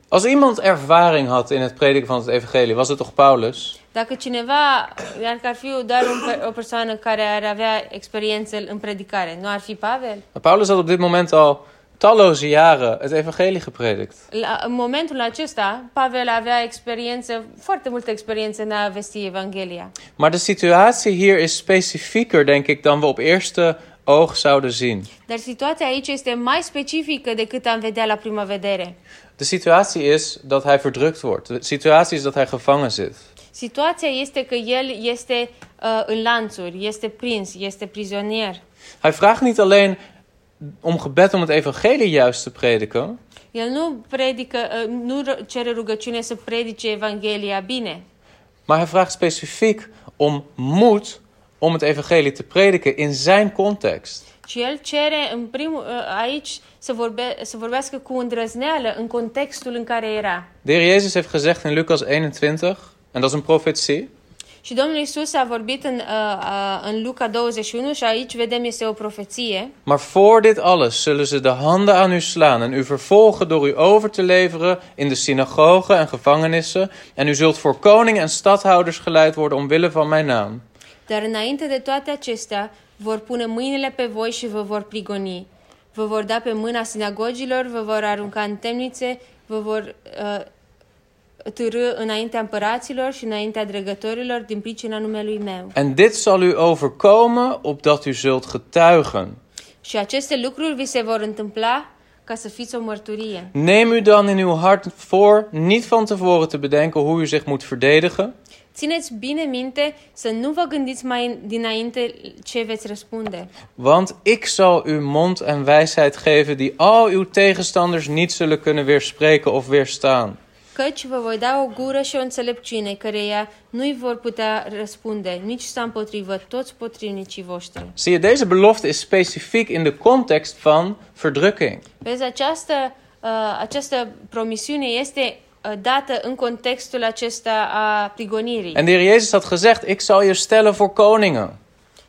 A: Als iemand ervaring had in het prediken van het evangelie, was het toch Paulus?
B: Dacă cineva, iar că ar fi doar un, pe- o persoană care ar avea experiență în predicare, nu ar fi Pavel?
A: Maar Paulus had op dit moment al talloze jaren het evangelie gepredikt.
B: La, în momentul acesta, Pavel avea experiență, foarte multă experiență în a vesti Evanghelia.
A: Maar de situatie hier is specifieker, denk ik, dan we op eerste oog zouden zien.
B: Dar situația aici este mai specifică decât am vedea la prima vedere.
A: De situatie is dat hij verdrukt wordt. De situatie is dat hij gevangen zit.
B: Situația este că el este uh, în lanțuri, este prins, este prizonier.
A: Hij vraagt niet alleen om gebed om het evangelie juist te prediken,
B: El nu, predică, uh, nu ră- cere rugăciune să predice Evanghelia bine,
A: maar hij vraagt specifiek om moed om het evangelie te prediken in zijn context.
B: ci el cere în primul, uh, aici să, vorbe, să vorbească cu îndrăzneală în contextul în care era.
A: De heer Jezus heeft gezegd in Lucas 21, en dat is een profetie,
B: Și Domnul Isus a vorbit în, uh, uh, în Luca 21 și aici vedem este o profeție.
A: Maar voor dit alles zullen ze de handen aan u slaan en u vervolgen door u over te leveren in de synagogen en gevangenissen. En u zult voor koning en stadhouders geleid worden omwille van mijn naam.
B: Dar înainte de toate acestea, vor pune mâinile pe voi și vă vor prigoni. Vă vor da pe mâna sinagogilor, vă vor arunca în temnițe, vă vor uh, târâ înaintea împăraților și înaintea dregătorilor din pricina numelui meu.
A: En dit zal u overkomen opdat u zult getuigen.
B: Și aceste lucruri vi se vor întâmpla ca să fiți o mărturie.
A: Neem u dan in uw hart voor niet van tevoren te bedenken hoe u zich moet verdedigen,
B: Țineți bine minte să nu vă gândiți mai în- dinainte ce veți răspunde,
A: want ik zal u mond en wijsheid geven die al uw tegenstanders niet zullen kunnen weerspreken of weerstaan.
B: căci vă voi da o gură și o înțelepciune căreia nu-i vor putea răspunde, nici să împotrivă toți potrivnicii voștri.
A: Zie je, deze belofte is specifiek in de context van verdrukking.
B: Vezi, această, uh, această promisiune este uh, dată în contextul acesta a prigonirii.
A: En de Heer Jezus had gezegd, ik zal je stellen voor koningen.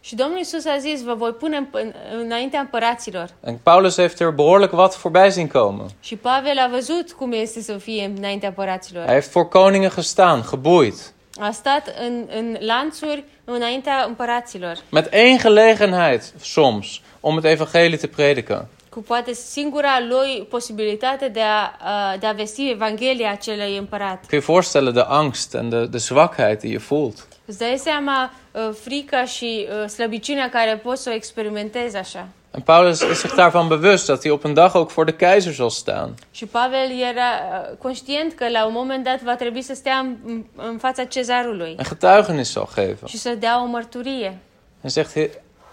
B: Și Domnul Isus a zis, vă voi pune în- în- înaintea împăraților.
A: En Paulus heeft er behoorlijk wat voorbij zien komen.
B: Și Pavel a văzut cum este să fie înaintea împăraților.
A: Hij heeft voor koningen gestaan, geboeid.
B: A stat în, în lanțuri înaintea împăraților,
A: Met één gelegenheid soms om het evangelie te prediken.
B: cu poate singura lui posibilitate de a, a- de a vesti Evanghelia acelui împărat.
A: Kun je je voorstellen de angst en de, de zwakheid die je voelt?
B: Îți dai seama uh, frica și uh, slăbiciunea care poți să o experimentezi așa.
A: En Paulus is zich daarvan bewust dat hij op een dag ook voor de keizer zal staan.
B: Și Pavel era uh, conștient că la un moment dat va trebui să stea în, în fața cezarului
A: En getuigenis zal geven.
B: și să dea o mărturie.
A: En zegt, "Heer,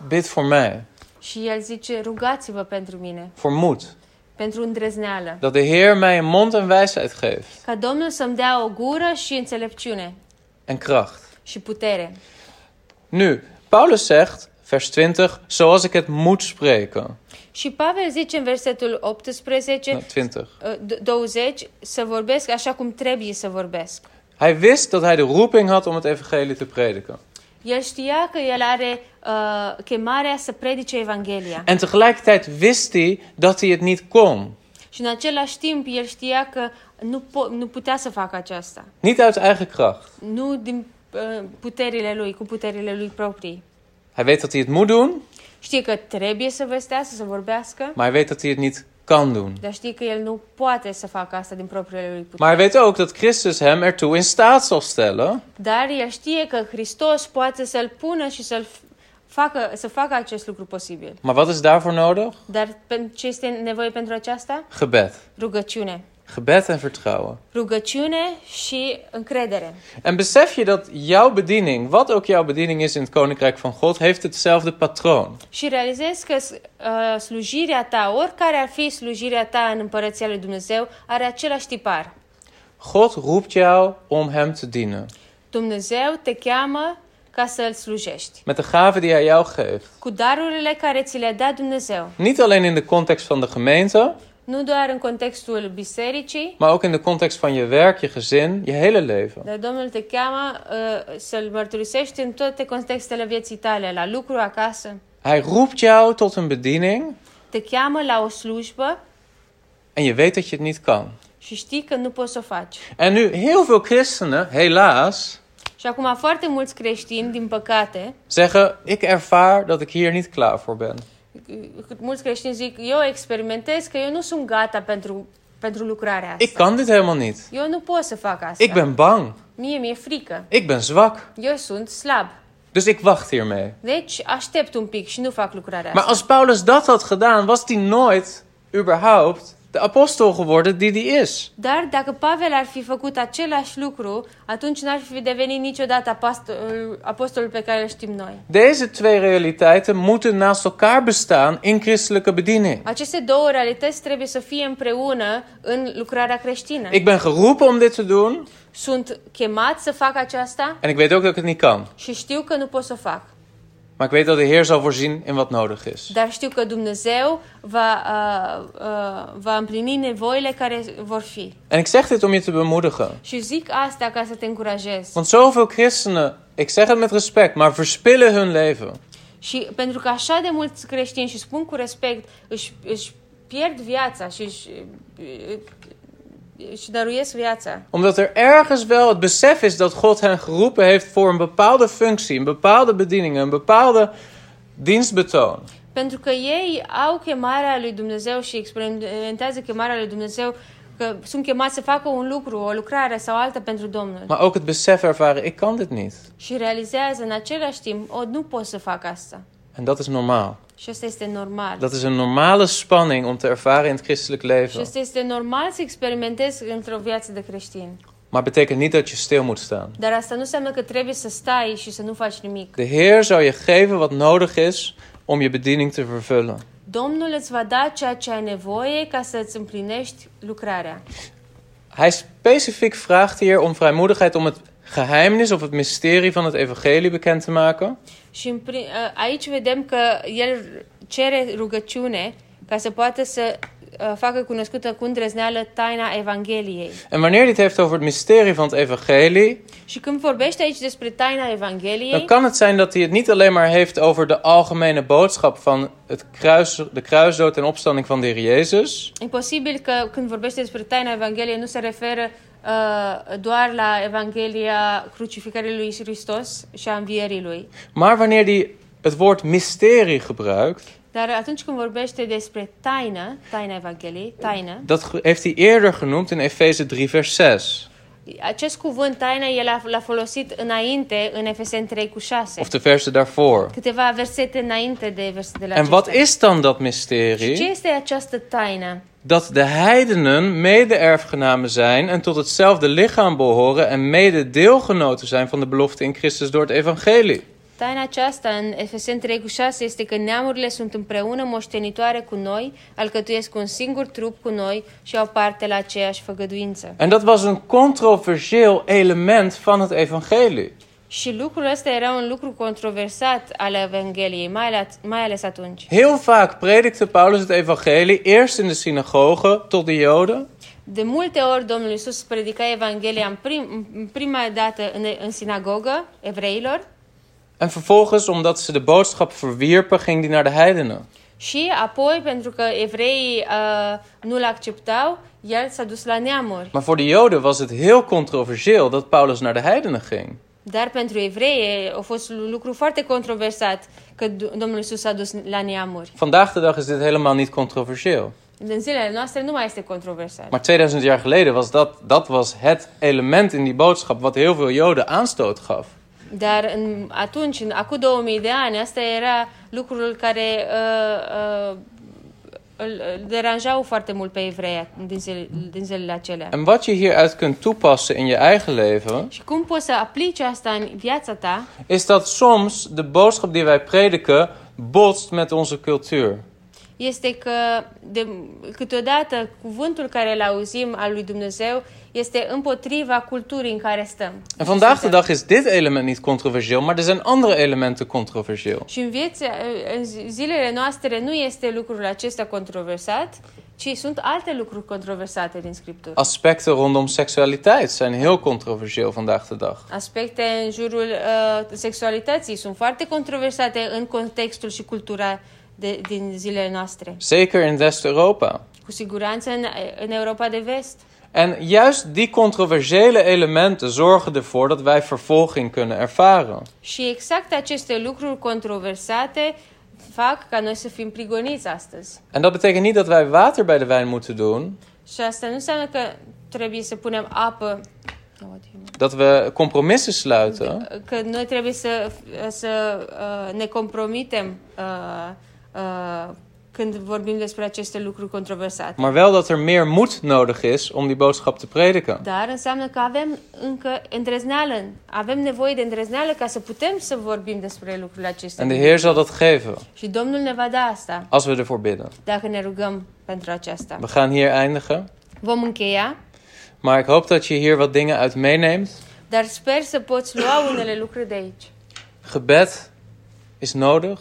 A: bid voor mij,
B: Și el zice, rugați-vă pentru mine,
A: voor moed.
B: pentru îndrăzneală,
A: Dat de Heer mij een mond en wijsheid geeft.
B: ca Domnul să-mi dea o gură și înțelepciune
A: En kracht.
B: și putere.
A: Nu, Paulus zegt, vers 20, zoals ik het moet spreken. Nou,
B: Și Pavel zice în versetul 18,
A: Nee, 20.
B: uh, d- 20, să vorbesc așa cum trebuie să vorbesc.
A: Hij wist dat hij de roeping had om het evangelie te prediken.
B: El știa că el are uh, chemarea să predice Evanghelia.
A: En tegelijkertijd wist hij dat hij het niet kon.
B: Și în același timp, el știa că nu, po- nu putea să facă aceasta.
A: Niet uit eigen kracht.
B: Nu din uh, puterile lui, cu puterile lui proprii.
A: Hij weet dat hij het moet doen,
B: Știe că trebuie să vestească, să vorbească,
A: maar hij weet dat hij het niet kan doen.
B: dar știe că el nu poate să facă asta din propriile lui puteri.
A: Maar hij weet ook dat Christus hem ertoe in staat zal stellen
B: Dar el știe că Hristos poate să-l pună și să-l f- facă, să facă acest lucru posibil.
A: Maar wat is daarvoor nodig?
B: Dar pen- ce este nevoie pentru aceasta?
A: Gebed.
B: Rugăciune.
A: Gebed en vertrouwen.
B: Rugăciune și încredere.
A: En besef je dat jouw bediening, wat ook jouw bediening is in het Koninkrijk van God, heeft hetzelfde patroon.
B: Și realizez că s- uh, slujirea ta, oricare ar fi slujirea ta în Împărăția lui Dumnezeu, are același tipar.
A: God roept jou om Hem te dienen.
B: Dumnezeu te cheamă ca să-L slujești.
A: Met de gaven die Hij jou geeft.
B: Cu darurile care ți le-a dat Dumnezeu.
A: Niet alleen in de context van de gemeente,
B: Nu doar în contextul bisericii,
A: maar ook in de context van je werk, je gezin, je hele leven.
B: dar Domnul te cheamă uh, să-L mărturisești în toate contextele vieții tale, la lucru, acasă.
A: Hij roept jou tot een bediening
B: Te cheamă la o slujbă
A: en je weet dat je het niet kan.
B: și știi că nu poți să o faci.
A: En nu heel veel christenen, helaas,
B: Și acum foarte mulți creștini, din păcate,
A: zeggen: Ik ervaar dat ik hier niet klaar voor ben.
B: mulți creștini zic, eu experimentez că eu nu sunt gata pentru, pentru lucrarea asta.
A: Ik kan dit helemaal niet.
B: Eu nu pot să fac asta.
A: Ik ben bang.
B: Mie mi-e frică.
A: Ik ben zwak.
B: Eu sunt slab.
A: Dus ik wacht hiermee.
B: Deci aștept un pic și nu fac lucrarea
A: Maar
B: asta.
A: als Paulus dat had gedaan, was hij nooit überhaupt de apostel geworden die hij is.
B: Dar dacă Pavel ar fi făcut același lucru, atunci n-ar fi devenit niciodată apostol, apostolul pe care îl știm noi.
A: Deze twee realiteiten moeten naast elkaar bestaan in christelijke bediening.
B: Aceste două realități trebuie să fie împreună în lucrarea creștină.
A: Ik ben geroepen om dit te doen
B: Sunt chemat să fac aceasta
A: en ik weet ook dat ik het niet kan.
B: și știu că nu pot să o fac.
A: Maar ik weet dat de Heer zal voorzien in wat nodig is.
B: Dar știu că Dumnezeu va, uh, uh, va împlini nevoile care vor fi.
A: En ik zeg dit om je te bemoedigen.
B: Și zic asta ca să te încurajez.
A: Want zoveel christenen, ik zeg het met respect, maar verspillen hun leven.
B: Și pentru că așa de mulți creștini, și spun cu respect, își, își pierd viața și își, își dăruiesc viața.
A: Omdat er ergens wel het besef is dat God hen geroepen heeft voor een bepaalde functie, een bepaalde bediening, een bepaalde dienstbetoon.
B: Pentru că ei au chemarea lui Dumnezeu și experimentează chemarea lui Dumnezeu că sunt chemați să facă un lucru, o lucrare sau alta pentru Domnul.
A: Maar ook het besef ervaren, ik kan dit niet.
B: Și realizează în același timp, o, nu pot să fac asta.
A: En dat is normaal.
B: Și asta este normal.
A: Dat is een normale spanning om te ervaren in het christelijk
B: Și
A: leven.
B: asta este normal să experimentezi într-o viață de creștin.
A: Maar betekent niet dat je stil moet staan.
B: Dar asta nu înseamnă că trebuie să stai și să nu faci nimic.
A: De Heer zal je geven wat nodig is om je bediening te vervullen.
B: Domnul îți va da ceea ce ai nevoie ca să îți împlinești lucrarea.
A: Hij specifiek vraagt hier om vrijmoedigheid om het geheimnis of het mysterie van het evangelie bekend te maken.
B: Și în prim, aici vedem că el cere rugăciune ca să poată să uh, facă cunoscută cu îndrăzneală taina Evangheliei.
A: En wanneer hij het heeft over het mysterie van het evangelie,
B: Și când vorbește aici despre taina Evangheliei,
A: dan kan het zijn dat hij het niet alleen maar heeft over de algemene boodschap van het kruis, de kruisdood en opstanding van de Heer Jezus.
B: e posibil că când vorbește despre taina Evangheliei nu se referă uh, doar la Evanghelia crucificării lui Hristos și a învierii lui.
A: Maar wanneer hij het woord mysterie gebruikt,
B: Dar atunci când vorbește despre taină, taina Evangheliei, taină,
A: dat ge- heeft hij eerder genoemd in Efeze 3, vers 6.
B: acest cuvânt taină el a- l-a folosit înainte în Efeseni 3 cu 6.
A: Of de versen daarvoor.
B: câteva versete înainte de versetele
A: En wat
B: acestea.
A: is dan dat
B: Și ce
A: mysterie?
B: este această taină?
A: Dat de heidenen mede-erfgenamen zijn en tot hetzelfde lichaam behoren en mede-deelgenoten zijn van de belofte in Christus door het evangelie.
B: Taina aceasta în Efeseni 3 cu 6 este că neamurile sunt împreună moștenitoare cu noi, alcătuiesc un singur trup cu noi și au parte la aceeași făgăduință.
A: En dat was een controversieel element van het evangelie.
B: Și lucrul ăsta era un lucru controversat al Evangheliei, mai, ale- mai ales atunci.
A: Heel vaak predikte Paulus het evangelie eerst in de synagoge tot de Joden
B: De multe ori Domnul Iisus predica Evanghelia în, prim, în prima dată în, în sinagogă evreilor
A: en vervolgens omdat ze de boodschap verwierpen ging hij naar de heidenen.
B: Și apoi, pentru că evreii uh, nu-l acceptau, el s-a dus la neamuri.
A: Maar voor de Joden was het heel controversieel dat Paulus naar de heidenen ging.
B: Dar pentru evrei a fost un lucru foarte controversat că D- Domnul Isus s-a dus la neamuri.
A: Vandaag de dag is dit helemaal niet controversieel.
B: În zilele noastre nu mai este controversat.
A: Maar 2000 jaar geleden was dat, dat was het element in die boodschap wat heel veel Joden aanstoot gaf.
B: Dar în, atunci, în, acum 2000 de ani, asta era lucrul care uh, uh, îl îl deranjau foarte mult pe evrei din, zile, din zilele acelea.
A: En wat je hieruit kunt toepassen in je eigen leven,
B: Și cum poți să aplici asta în viața ta?
A: is dat soms de boodschap die wij prediken botst met onze cultuur.
B: este că de, câteodată cuvântul care îl auzim al lui Dumnezeu este împotriva culturii în care stăm.
A: En vandaag de dag is dit element niet controversieel, maar er zijn andere elementen controversieel.
B: Și în, vieța, în zi- zilele noastre nu este lucrul acesta controversat, ci sunt alte lucruri controversate din Scriptură.
A: Aspecten rondom seksualiteit zijn heel controversieel vandaag de dag.
B: Aspecte în jurul uh, sexualității sunt foarte controversate în contextul și cultura de, din zilele noastre.
A: Zeker in West-Europa.
B: Cu siguranță în, în Europa de Vest.
A: En juist die controversiële elementen zorgen ervoor dat wij vervolging kunnen ervaren.
B: Și exact aceste lucruri controversate fac ca noi să fim prigoniți astăzi.
A: En dat betekent niet dat wij water bij de wijn moeten doen,
B: Și asta nu înseamnă că trebuie să punem apă,
A: dat we compromissen sluiten.
B: că noi trebuie să, să uh, ne compromitem uh, uh, când vorbim despre aceste lucruri controversate.
A: Maar wel dat er meer moed nodig is om die boodschap te prediken.
B: Dar înseamnă că avem încă îndrăzneală, avem nevoie de îndrăzneală ca să putem să vorbim despre lucrurile
A: En de
B: acestea.
A: Heer zal dat geven
B: Și Domnul ne va da asta
A: als we ervoor bidden.
B: dacă ne rugăm pentru aceasta.
A: We gaan hier eindigen.
B: Vom încheia.
A: Maar ik hoop dat je hier wat dingen uit meeneemt.
B: Dar sper să poți lua unele lucruri de aici.
A: Gebed is nodig.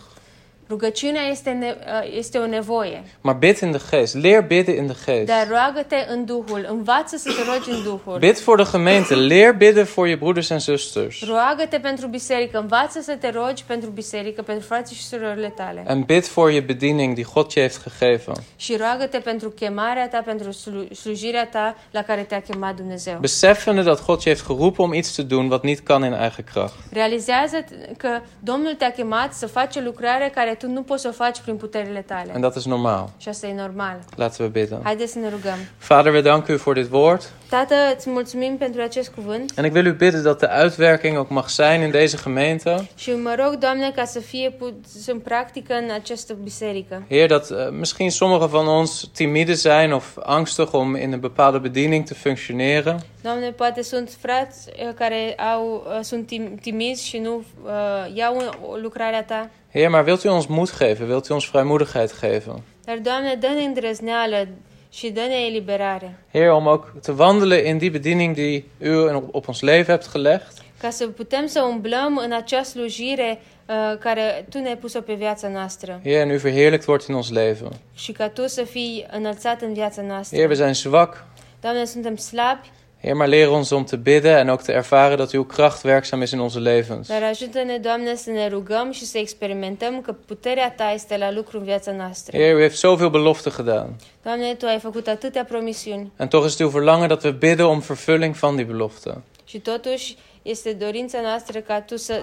B: Rugăciunea este, ne- uh, este o nevoie.
A: Maar bid in de geest. Leer bidden in de
B: Dar
A: geest.
B: roagă-te în Duhul, învață să te rogi în Duhul.
A: Bid voor de gemeente. Leer bidden voor je broeders en zusters.
B: Roagă-te pentru biserică, învață să te rogi pentru biserică, pentru frații și surorile tale.
A: En bid voor je bediening die God je heeft gegeven.
B: Și roagă-te pentru chemarea ta, pentru slu- slujirea ta la care te-a chemat Dumnezeu.
A: Beseffende dat God je heeft geroepen om iets te doen wat niet kan in eigen kracht.
B: Realizează că Domnul te-a chemat să faci o lucrare care tu nu poți să o faci prin puterile
A: En
B: tale.
A: dat is normaal.
B: Și asta e normal.
A: Laten we bidden.
B: Haideți să ne rugăm.
A: Vader, we danken u voor dit woord.
B: Tată, îți mulțumim pentru acest cuvânt
A: En ik wil u bidden dat de uitwerking ook mag zijn in deze gemeente.
B: și mă rog, Doamne, ca să fie pus în practică în această biserică.
A: Heer, dat eh, misschien sommigen van ons timide zijn of angstig om in een bepaalde bediening te functioneren.
B: Doamne, poate sunt frați eh, care au, eh, sunt tim- timizi și nu eh, iau în- lucrarea ta.
A: Heer, maar wilt u ons moed geven? Wilt u ons vrijmoedigheid geven?
B: Dar, Doamne, dă-ne îndrăzneală și dă-ne eliberare
A: Heer, om ook te wandelen in die bediening die u en op- op ons leven hebt gelegd.
B: ca să putem să umblăm în acea slujire eh, care Tu ne-ai pus-o pe viața noastră
A: Heer, en u verheerlijkt wordt in ons leven.
B: și ca Tu să fii înălțat în viața
A: Heer,
B: noastră.
A: we zijn zwak.
B: Doamne, suntem slabi,
A: Heer, maar leer ons om te bidden en ook te ervaren dat uw kracht werkzaam is in onze levens.
B: dar ajută-ne, Doamne, să ne rugăm și să experimentăm că puterea Ta este la lucru în viața noastră.
A: Heer, u heeft zoveel beloften gedaan.
B: Doamne, Tu ai făcut atâtea promisiuni
A: En toch is het uw verlangen dat we bidden om vervulling van die beloften.
B: și totuși este dorința noastră ca Tu să,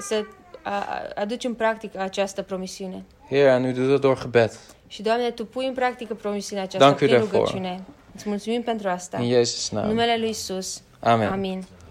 B: să a- a- aduci în practică această promisiune.
A: Heer, en u doet dat door gebed.
B: Și, Doamne, Tu pui în practică promisiunea aceasta
A: Dank u
B: prin
A: daarvoor.
B: rugăciune. Îți mulțumim pentru asta.
A: In
B: În
A: Jezus' naam.
B: numele Lui Isus.
A: Amen.
B: Amin.